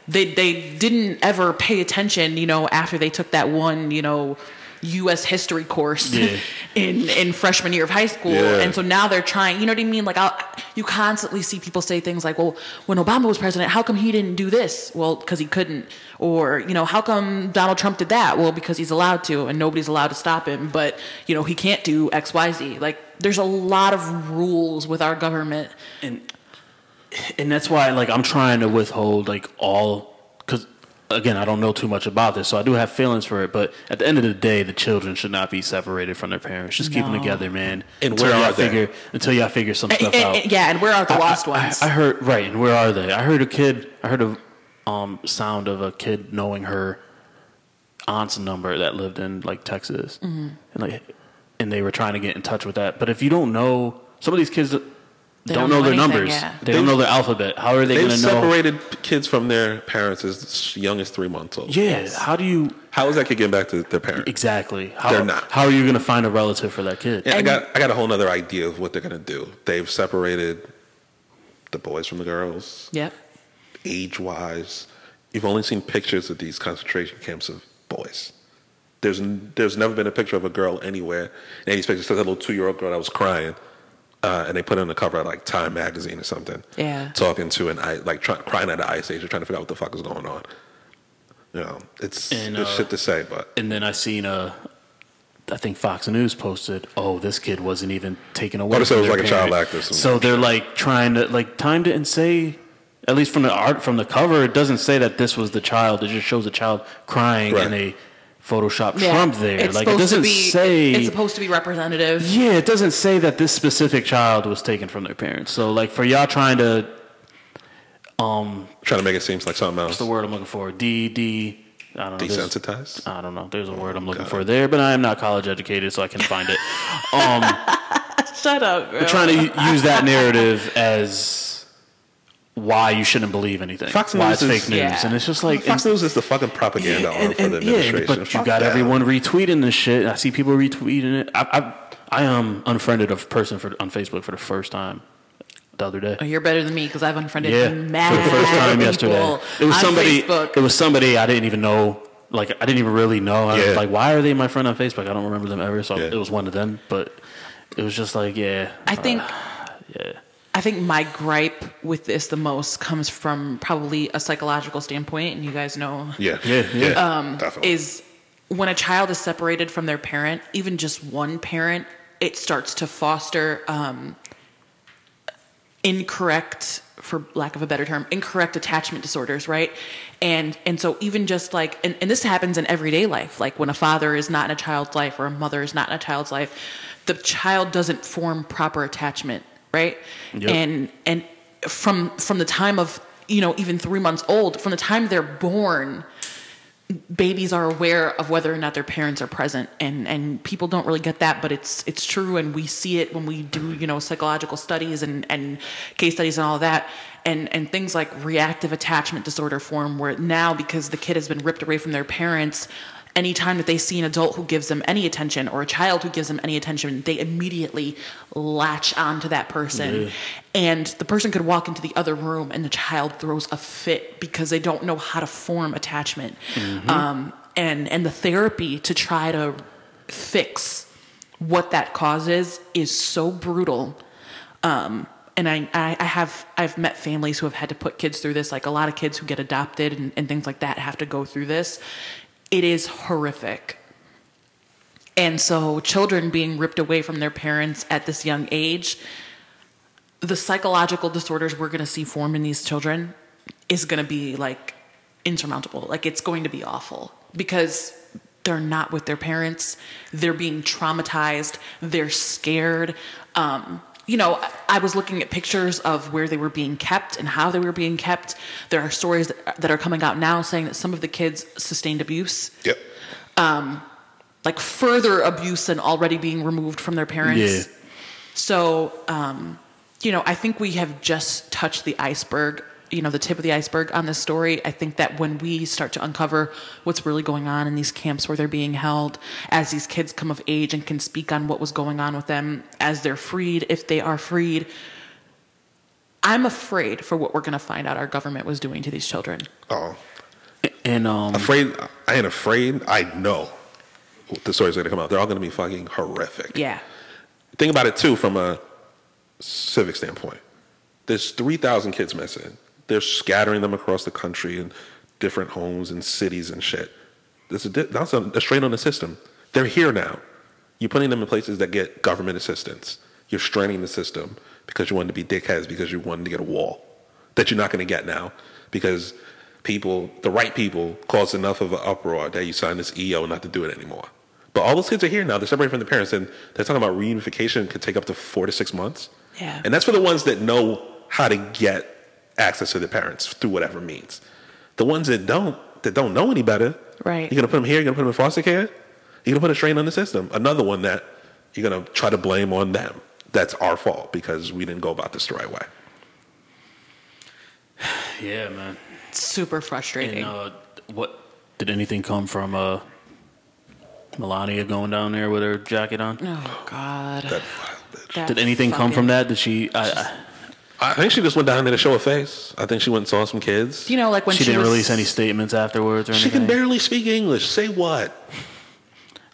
B: they they didn't ever pay attention, you know, after they took that one, you know. U.S. history course
A: Yeah.
B: in in freshman year of high school,
C: Yeah.
B: and so now they're trying. You know what I mean? Like, I'll, you constantly see people say things like, "Well, when Obama was president, how come he didn't do this? Well, because he couldn't." Or, you know, how come Donald Trump did that? Well, because he's allowed to, and nobody's allowed to stop him. But you know, he can't do X, Y, Z. Like, there's a lot of rules with our government.
A: and and that's why like I'm trying to withhold like all because again I don't know too much about this, so I do have feelings for it. But at the end of the day, the children should not be separated from their parents. Just keep them
B: No.
A: together, man.
C: And
A: until
C: where
A: y'all
C: are they?
A: figure until y'all figure some
B: And-
A: stuff
B: and-
A: out.
B: and- yeah, and where are the
A: I-
B: lost
A: I,
B: ones?
A: I, I heard right, and where are they? I heard a kid. I heard a um, sound of a kid knowing her aunt's number that Mm-hmm. lived in like Texas, and like, and they were trying to get in touch with that. But if you don't know Some of these kids
B: don't
A: don't know
B: know
A: their
B: anything,
A: numbers.
B: yeah.
A: They don't
C: They-
A: know their alphabet. How are they
C: They've
A: going to know?
C: separated kids from their parents as young as three months old.
A: Yeah.
B: Yes.
A: How do you
C: How is that kid getting back to their parents?
A: exactly? How,
C: They're not.
A: How are you going to find a relative for that kid?
C: Yeah, I
B: And-
C: got I got a whole nother idea of what they're gonna do. They've separated the boys from the girls,
B: Yep.
C: age wise. You've only seen pictures of these concentration camps of boys. There's n- there's never been a picture of a girl anywhere. And these pictures says that little two year old girl that was crying, uh, and they put it on the cover of like Time magazine or something.
B: Yeah.
C: talking to an I like try, crying at an ice age, trying to figure out what the fuck is going on. You know, it's
A: And,
C: there's
A: uh,
C: shit to say, but
A: And then I seen a, I think Fox News posted, "Oh, this kid wasn't even taken away."
C: Oh,
A: from
C: so it was
A: their
C: like a child
A: parent."
C: actor or some
A: So they're like trying to like time didn't say. At least from the art, from the cover, it doesn't say that this was the child. It just shows a child crying
C: Right.
A: and they Photoshop
B: Yeah.
A: Trump there.
B: It's
A: like it
B: supposed to
A: doesn't
B: be-
A: say.
B: It's supposed to be representative.
A: Yeah, it doesn't say that this specific child was taken from their parents. So, like, for y'all trying to, um,
C: trying to make it seem like something else.
A: what's the word I'm looking for? D D. I don't know. there's-
C: Desensitized.
A: I don't know. There's a word I'm looking for there, but I am not college educated, so I can find it. Um,
B: Shut up, bro.
A: they're trying to u- use that narrative as why you shouldn't believe anything.
C: Fox
A: why it's
C: News is-
A: fake news,
B: Yeah.
A: and it's just like
C: Fox
A: and-
C: News is the fucking propaganda
A: yeah,
C: arm
A: and-
C: for the
A: and- yeah,
C: administration.
A: but you
C: Fuck
A: got
C: that.
A: everyone retweeting this shit. I see people retweeting it. I I, I am unfriended a person for on Facebook for the first time the other day.
B: Oh, You're better than me because I've unfriended
A: Yeah,
B: mad
A: for the first time
B: people
A: yesterday. It was
B: on
A: somebody.
B: Facebook.
A: It was somebody I didn't even know. Like I didn't even really know. I
C: Yeah.
A: was like, why are they my friend on Facebook? I don't remember them ever. So
C: Yeah.
A: it was one of them. But it was just like, yeah,
B: I think
A: yeah.
B: I think my gripe with this the most comes from probably a psychological standpoint, and you guys know
C: Yeah,
A: Yeah, yeah.
C: Um, Definitely.
B: is when a child is separated from their parent, even just one parent, it starts to foster um, incorrect, for lack of a better term, incorrect attachment disorders, right? And and so even just like and, and this happens in everyday life, like when a father is not in a child's life or a mother is not in a child's life, the child doesn't form proper attachment, right?
A: Yep.
B: And and from from the time of you know even three months old, from the time they're born, babies are aware of whether or not their parents are present and and people don't really get that but it's it's true and we see it when we do you know psychological studies and and case studies and all that and and things like reactive attachment disorder form where now because the kid has been ripped away from their parents anytime that they see an adult who gives them any attention or a child who gives them any attention they immediately latch onto that person and the person could walk into the other room and the child throws a fit because they don't know how to form attachment um, and and the therapy to try to fix what that causes is so brutal and I, I, I have I've met families who have had to put kids through this. Like a lot of kids who get adopted and, and things like that have to go through this. It is horrific. And so children being ripped away from their parents at this young age, the psychological disorders we're gonna see form in these children is gonna be like insurmountable. Like it's going to be awful because they're not with their parents. They're being traumatized. They're scared. Um, you know, I- I was looking at pictures of where they were being kept and how they were being kept. There are stories that, that are coming out now saying that some of the kids sustained abuse,
C: yep.
B: like further abuse than already being removed from their parents.
A: Yeah.
B: So, um, you know, I think we have just touched the iceberg, you know, the tip of the iceberg on this story. I think that when we start to uncover what's really going on in these camps where they're being held, as these kids come of age and can speak on what was going on with them, as they're freed, if they are freed, I'm afraid for what we're going to find out our government was doing to these children.
C: Oh,
A: And um,
C: afraid. I ain't afraid. I know what the story's gonna come out. They're all gonna be fucking horrific.
B: Yeah.
C: Think about it too from a civic standpoint. There's three thousand kids missing. They're scattering them across the country in different homes and cities and shit. This is di- that's a, a strain on the system. They're here now. You're putting them in places that get government assistance. You're straining the system because you wanted to be dickheads because you wanted to get a wall that you're not going to get now because people, the right people, caused enough of an uproar that you signed this EO not to do it anymore. But all those kids are here now. They're separated from their parents, and they're talking about reunification could take up to four to six months.
B: Yeah.
C: And that's for the ones that know how to get access to their parents through whatever means. The ones that don't, that don't know any better,
B: Right.
C: You're gonna put them here. You're gonna put them in foster care. You're gonna put a strain on the system. Another one that you're gonna try to blame on them. that's our fault because we didn't go about this the right way.
A: Yeah, man.
B: Super frustrating.
A: And uh, what did anything come from uh, Melania going down there with her jacket on?
B: oh God.
C: That wild bitch.
B: That
A: Did anything come
B: fucking-
A: from that? Did she? I, I,
C: I think she just went down there to show her face. I think she went and saw some kids.
B: You know, like when
A: she,
B: she,
A: didn't
B: was-
A: release any statements afterwards or
C: She
A: anything.
C: can barely speak English. Say what?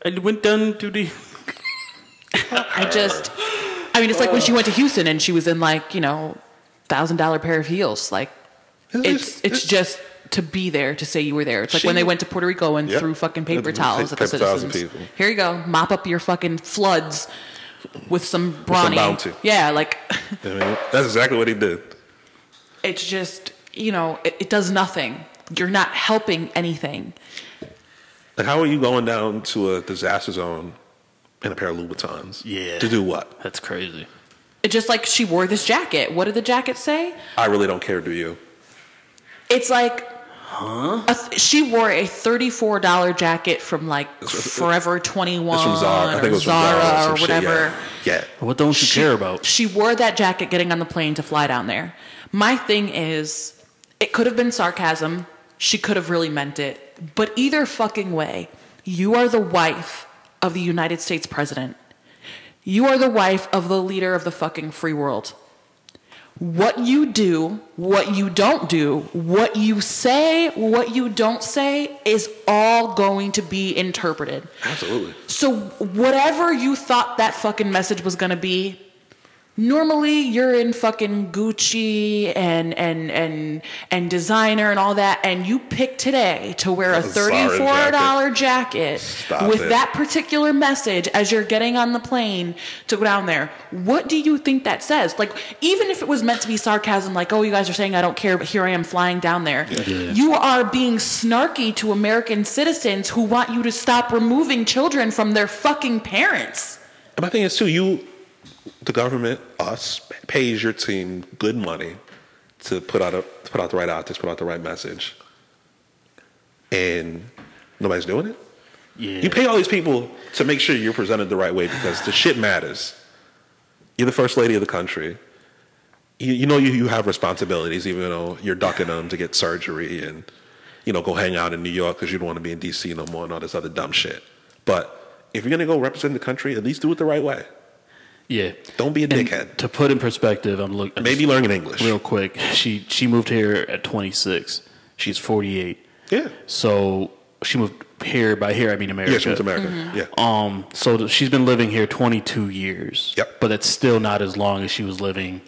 A: I went down to the.
B: I just, I mean, it's like when she went to Houston and she was in like you know, thousand dollar pair of heels. Like it's it's just to be there to say you were there. It's like when
C: She-
B: they went to Puerto Rico and
C: Yep.
B: threw fucking paper
C: Paper
B: towels at the
C: towels at
B: citizens.
C: people.
B: Here you go, mop up your fucking floods with some brawny.
C: bounty.
B: yeah, like
C: I mean, that's exactly what he did.
B: it's just you know it, it does nothing. You're not helping anything.
C: Like, how are you going down to a disaster zone in a pair of Louboutins?
A: Yeah.
C: To do what?
A: That's crazy.
B: It's just like she wore this jacket. What did the jacket say?
C: I really don't care, do you?
B: It's like. A th- she wore a thirty-four dollar jacket from like
C: it's-
B: Forever Twenty One
C: It's from Zara. I think it
B: or
C: was from Zara,
B: Zara
C: some
B: or
C: shit,
B: whatever.
C: Yeah. yeah.
A: What don't you care about?
B: She wore that jacket getting on the plane to fly down there. My thing is, it could have been sarcasm. She could have really meant it. But either fucking way, you are the wife of the United States president. You are the wife of the leader of the fucking free world. What you do, what you don't do, what you say, what you don't say is all going to be interpreted.
C: Absolutely.
B: So whatever you thought that fucking message was gonna be, normally you're in fucking Gucci and and and and designer and all that, and you pick today to wear a
C: Sorry,
B: thirty-four dollar jacket
C: Stop
B: with
C: it.
B: that particular message as you're getting on the plane to go down there. What do you think that says? Like, even if it was meant to be sarcasm, like, oh, you guys are saying I don't care, but here I am flying down there.
A: Yeah.
B: You are being snarky to American citizens who want you to stop removing children from their fucking parents.
C: And my thing is, too, you, the government, us, pays your team good money to put out, a, to put out the right optics, put out the right message. And nobody's doing it?
A: Yeah.
C: You pay all these people to make sure you're presented the right way because the shit matters. You're the first lady of the country. You, you know you, you have responsibilities, even though you're ducking them to get surgery and you know go hang out in New York because you don't want to be in D.C. no more and all this other dumb shit. But if you're gonna go represent the country, at least do it the right way.
A: yeah.
C: Don't be a
A: And
C: dickhead.
A: To put in perspective, I'm looking.
C: Maybe learn English.
A: real quick. She she moved here at 26. She's 48.
C: Yeah.
A: So she moved here. By here, I mean America.
C: Yeah, she went to America. Yeah.
A: Um, so th- she's been living here 22 years.
C: Yep.
A: But that's still not as long as she was living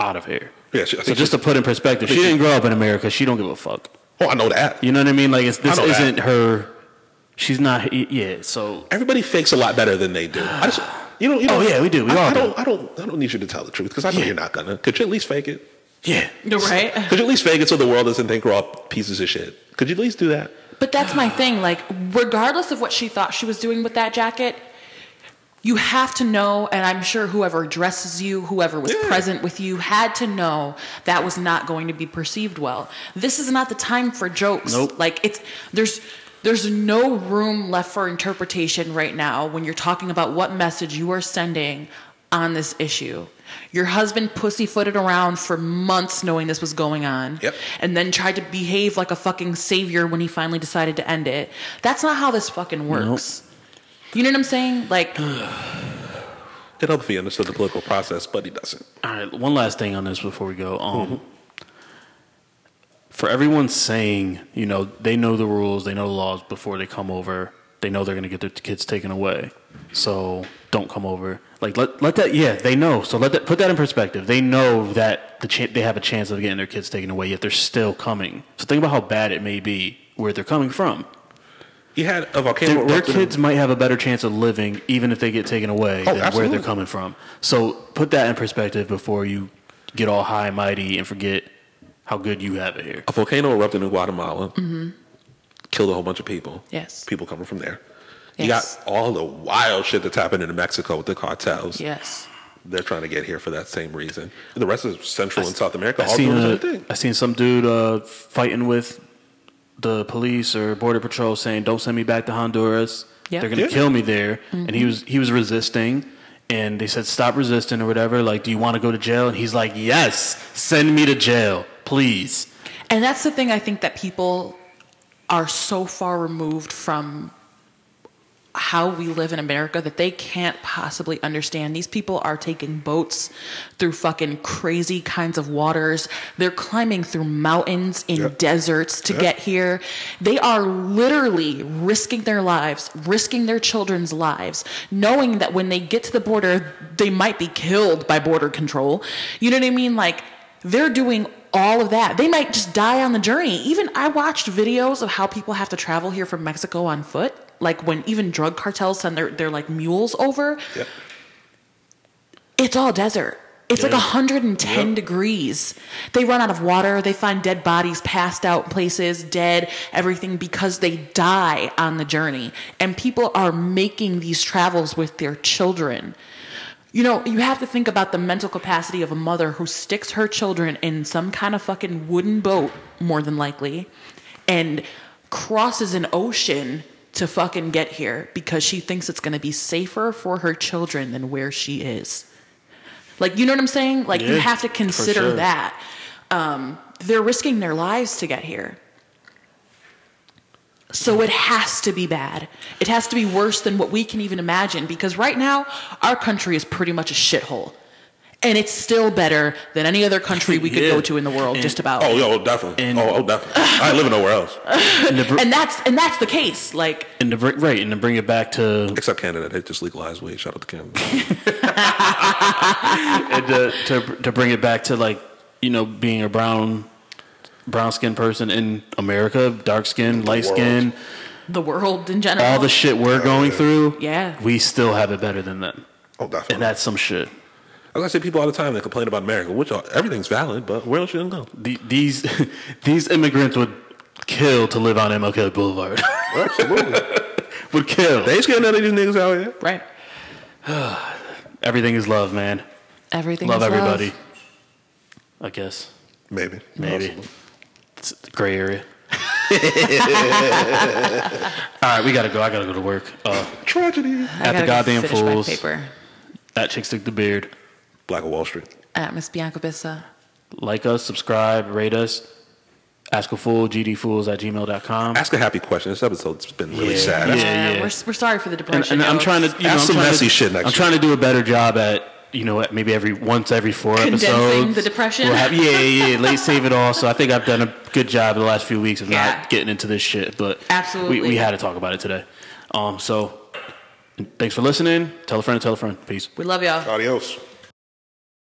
A: out of here.
C: Yeah, she- I
A: so
C: think
A: just
C: she-
A: to put in perspective, she
C: think she-
A: didn't grow up in America. She don't give a fuck.
C: Oh, I know that.
A: You know what I mean? Like it's, this
C: I know that.
A: isn't her. She's not. y- Yeah. So
C: Everybody fakes a lot better than they do. I just, you know, you know.
A: Oh, yeah, we do. We
C: I,
A: all
C: I
A: do.
C: don't, I don't, I don't need you to tell the truth because I know
A: Yeah.
C: you're not gonna. Could you at least fake it?
A: yeah.
B: Right?
C: Could you at least fake it so the world doesn't think we're all pieces of shit? Could you at least do that?
B: But that's my thing. Like, regardless of what she thought she was doing with that jacket, you have to know, and I'm sure whoever dresses you, whoever was
C: Yeah.
B: present with you, had to know that was not going to be perceived well. This is not the time for jokes.
A: Nope.
B: Like it's there's there's no room left for interpretation right now when you're talking about what message you are sending on this issue. Your husband pussyfooted around for months knowing this was going on
C: Yep.
B: and then tried to behave like a fucking savior when he finally decided to end it. That's not how this fucking works. You know what I'm saying? Like,
C: It'd help if he understood the political process, but he doesn't.
A: All right, one last thing on this before we go. Um, For everyone saying, you know, they know the rules, they know the laws before they come over, they know they're going to get their kids taken away, so don't come over. Like let let that yeah they know. So let that put that in perspective. They know that the chan they have a chance of getting their kids taken away, yet they're still coming. So think about how bad it may be where they're coming from.
C: He had a volcano.
A: Their, their
C: erupted in-
A: kids might have a better chance of living, even if they get taken away, than where
C: Oh, absolutely.
A: they're coming from. So put that in perspective before you get all high and mighty and forget how good you have it here.
C: A volcano erupted in Guatemala,
A: Mm-hmm.
C: killed a whole bunch of people.
B: Yes.
C: People coming from there.
B: Yes.
C: You got all the wild shit that's happening in Mexico with the cartels.
B: yes.
C: They're trying to get here for that same reason. And the rest of Central and Oh, South America,
A: I
C: all
A: seen
C: doing the
A: a,
C: same thing.
A: I seen some dude uh, fighting with the police or border patrol saying, "Don't send me back to Honduras.
B: Yeah.
A: They're going to
C: Yeah.
A: kill me there." And he was he was resisting, and they said stop resisting or whatever. Like, do you want to go to jail? And he's like, yes, send me to jail, please.
B: And that's the thing I think that people are so far removed from how we live in America that they can't possibly understand. These people are taking boats through fucking crazy kinds of waters. They're climbing through mountains in
C: Yeah.
B: deserts to
C: Yeah.
B: get here. They are literally risking their lives, risking their children's lives, knowing that when they get to the border, they might be killed by border control. You know what I mean? Like, they're doing all of that. They might just die on the journey. Even I watched videos of how people have to travel here from Mexico on foot. Like when even drug cartels send their, their like mules over,
C: Yep.
B: it's all desert. It's like
A: Yeah.
B: 110
C: Yep.
B: degrees. They run out of water. They find dead bodies passed out in places, dead, everything because they die on the journey. And people are making these travels with their children. You know, you have to think about the mental capacity of a mother who sticks her children in some kind of fucking wooden boat, more than likely, and crosses an ocean to fucking get here because she thinks it's going to be safer for her children than where she is. Like, you know what I'm saying? Like, you
A: Yeah,
B: have to
A: for
B: consider
A: sure.
B: that. Um, they're risking their lives to get here. So it has to be bad. It has to be worse than what we can even imagine because right now, our country is pretty much a shithole. And it's still better than any other country we could
A: Yeah.
B: go to in the world,
A: And-
B: just about.
C: Oh, yo, definitely.
A: And-
C: oh, oh, definitely. I ain't living nowhere else
A: And to, br-
B: And that's and that's the case. Like
A: and to br- right, and to bring it back to
C: except Canada. They just legalized weed. Shout out to Canada.
A: and to, to to bring it back to like you know being a brown brown skinned person in America, dark skin, light skin,
B: the world in general.
A: all the shit we're going through.
B: Yeah.
A: we still have it better than them,
C: Oh, definitely.
A: and that's some shit.
C: Like I say, people all the time that complain about America, which are, everything's valid, but where else you gonna go?
A: The, these these immigrants would kill to live on MLK Boulevard.
C: Absolutely.
A: would kill.
C: they ain't scared of none of these niggas out here.
B: right.
A: Everything is love, man.
B: Everything.
A: Love
B: is
A: everybody. I guess
C: Maybe.
A: maybe
C: Possibly.
A: it's a gray area. All right, we gotta go. I gotta go to work. Uh,
B: I
C: Tragedy.
A: At the
B: gotta go
A: goddamn
B: finish my
A: fools.
B: paper.
A: That chick took the beard.
C: Black of Wall Street.
B: At Miss Bianca Bissa.
A: Like us, subscribe, rate us. Ask a fool, gdfools at gmail.com.
C: Ask a happy question. This episode's been really
A: Yeah.
C: sad.
A: Yeah.
C: That's-
B: We're, we're sorry for the depression.
A: And, and I'm
B: y'all.
A: trying to you know,
C: Ask
A: I'm
C: some
A: trying to-
C: messy shit next
A: I'm trying to do a better job at you know what, maybe every once every four
B: Condensing
A: episodes.
B: the depression.
A: We'll have- yeah, yeah, yeah. Let's save it all. So I think I've done a good job the last few weeks of
B: Yeah.
A: not getting into this shit, but
B: Absolutely.
A: we, we had to talk about it today. Um, so thanks for listening. Tell a friend, tell a friend. Peace.
B: We love y'all.
C: Adios.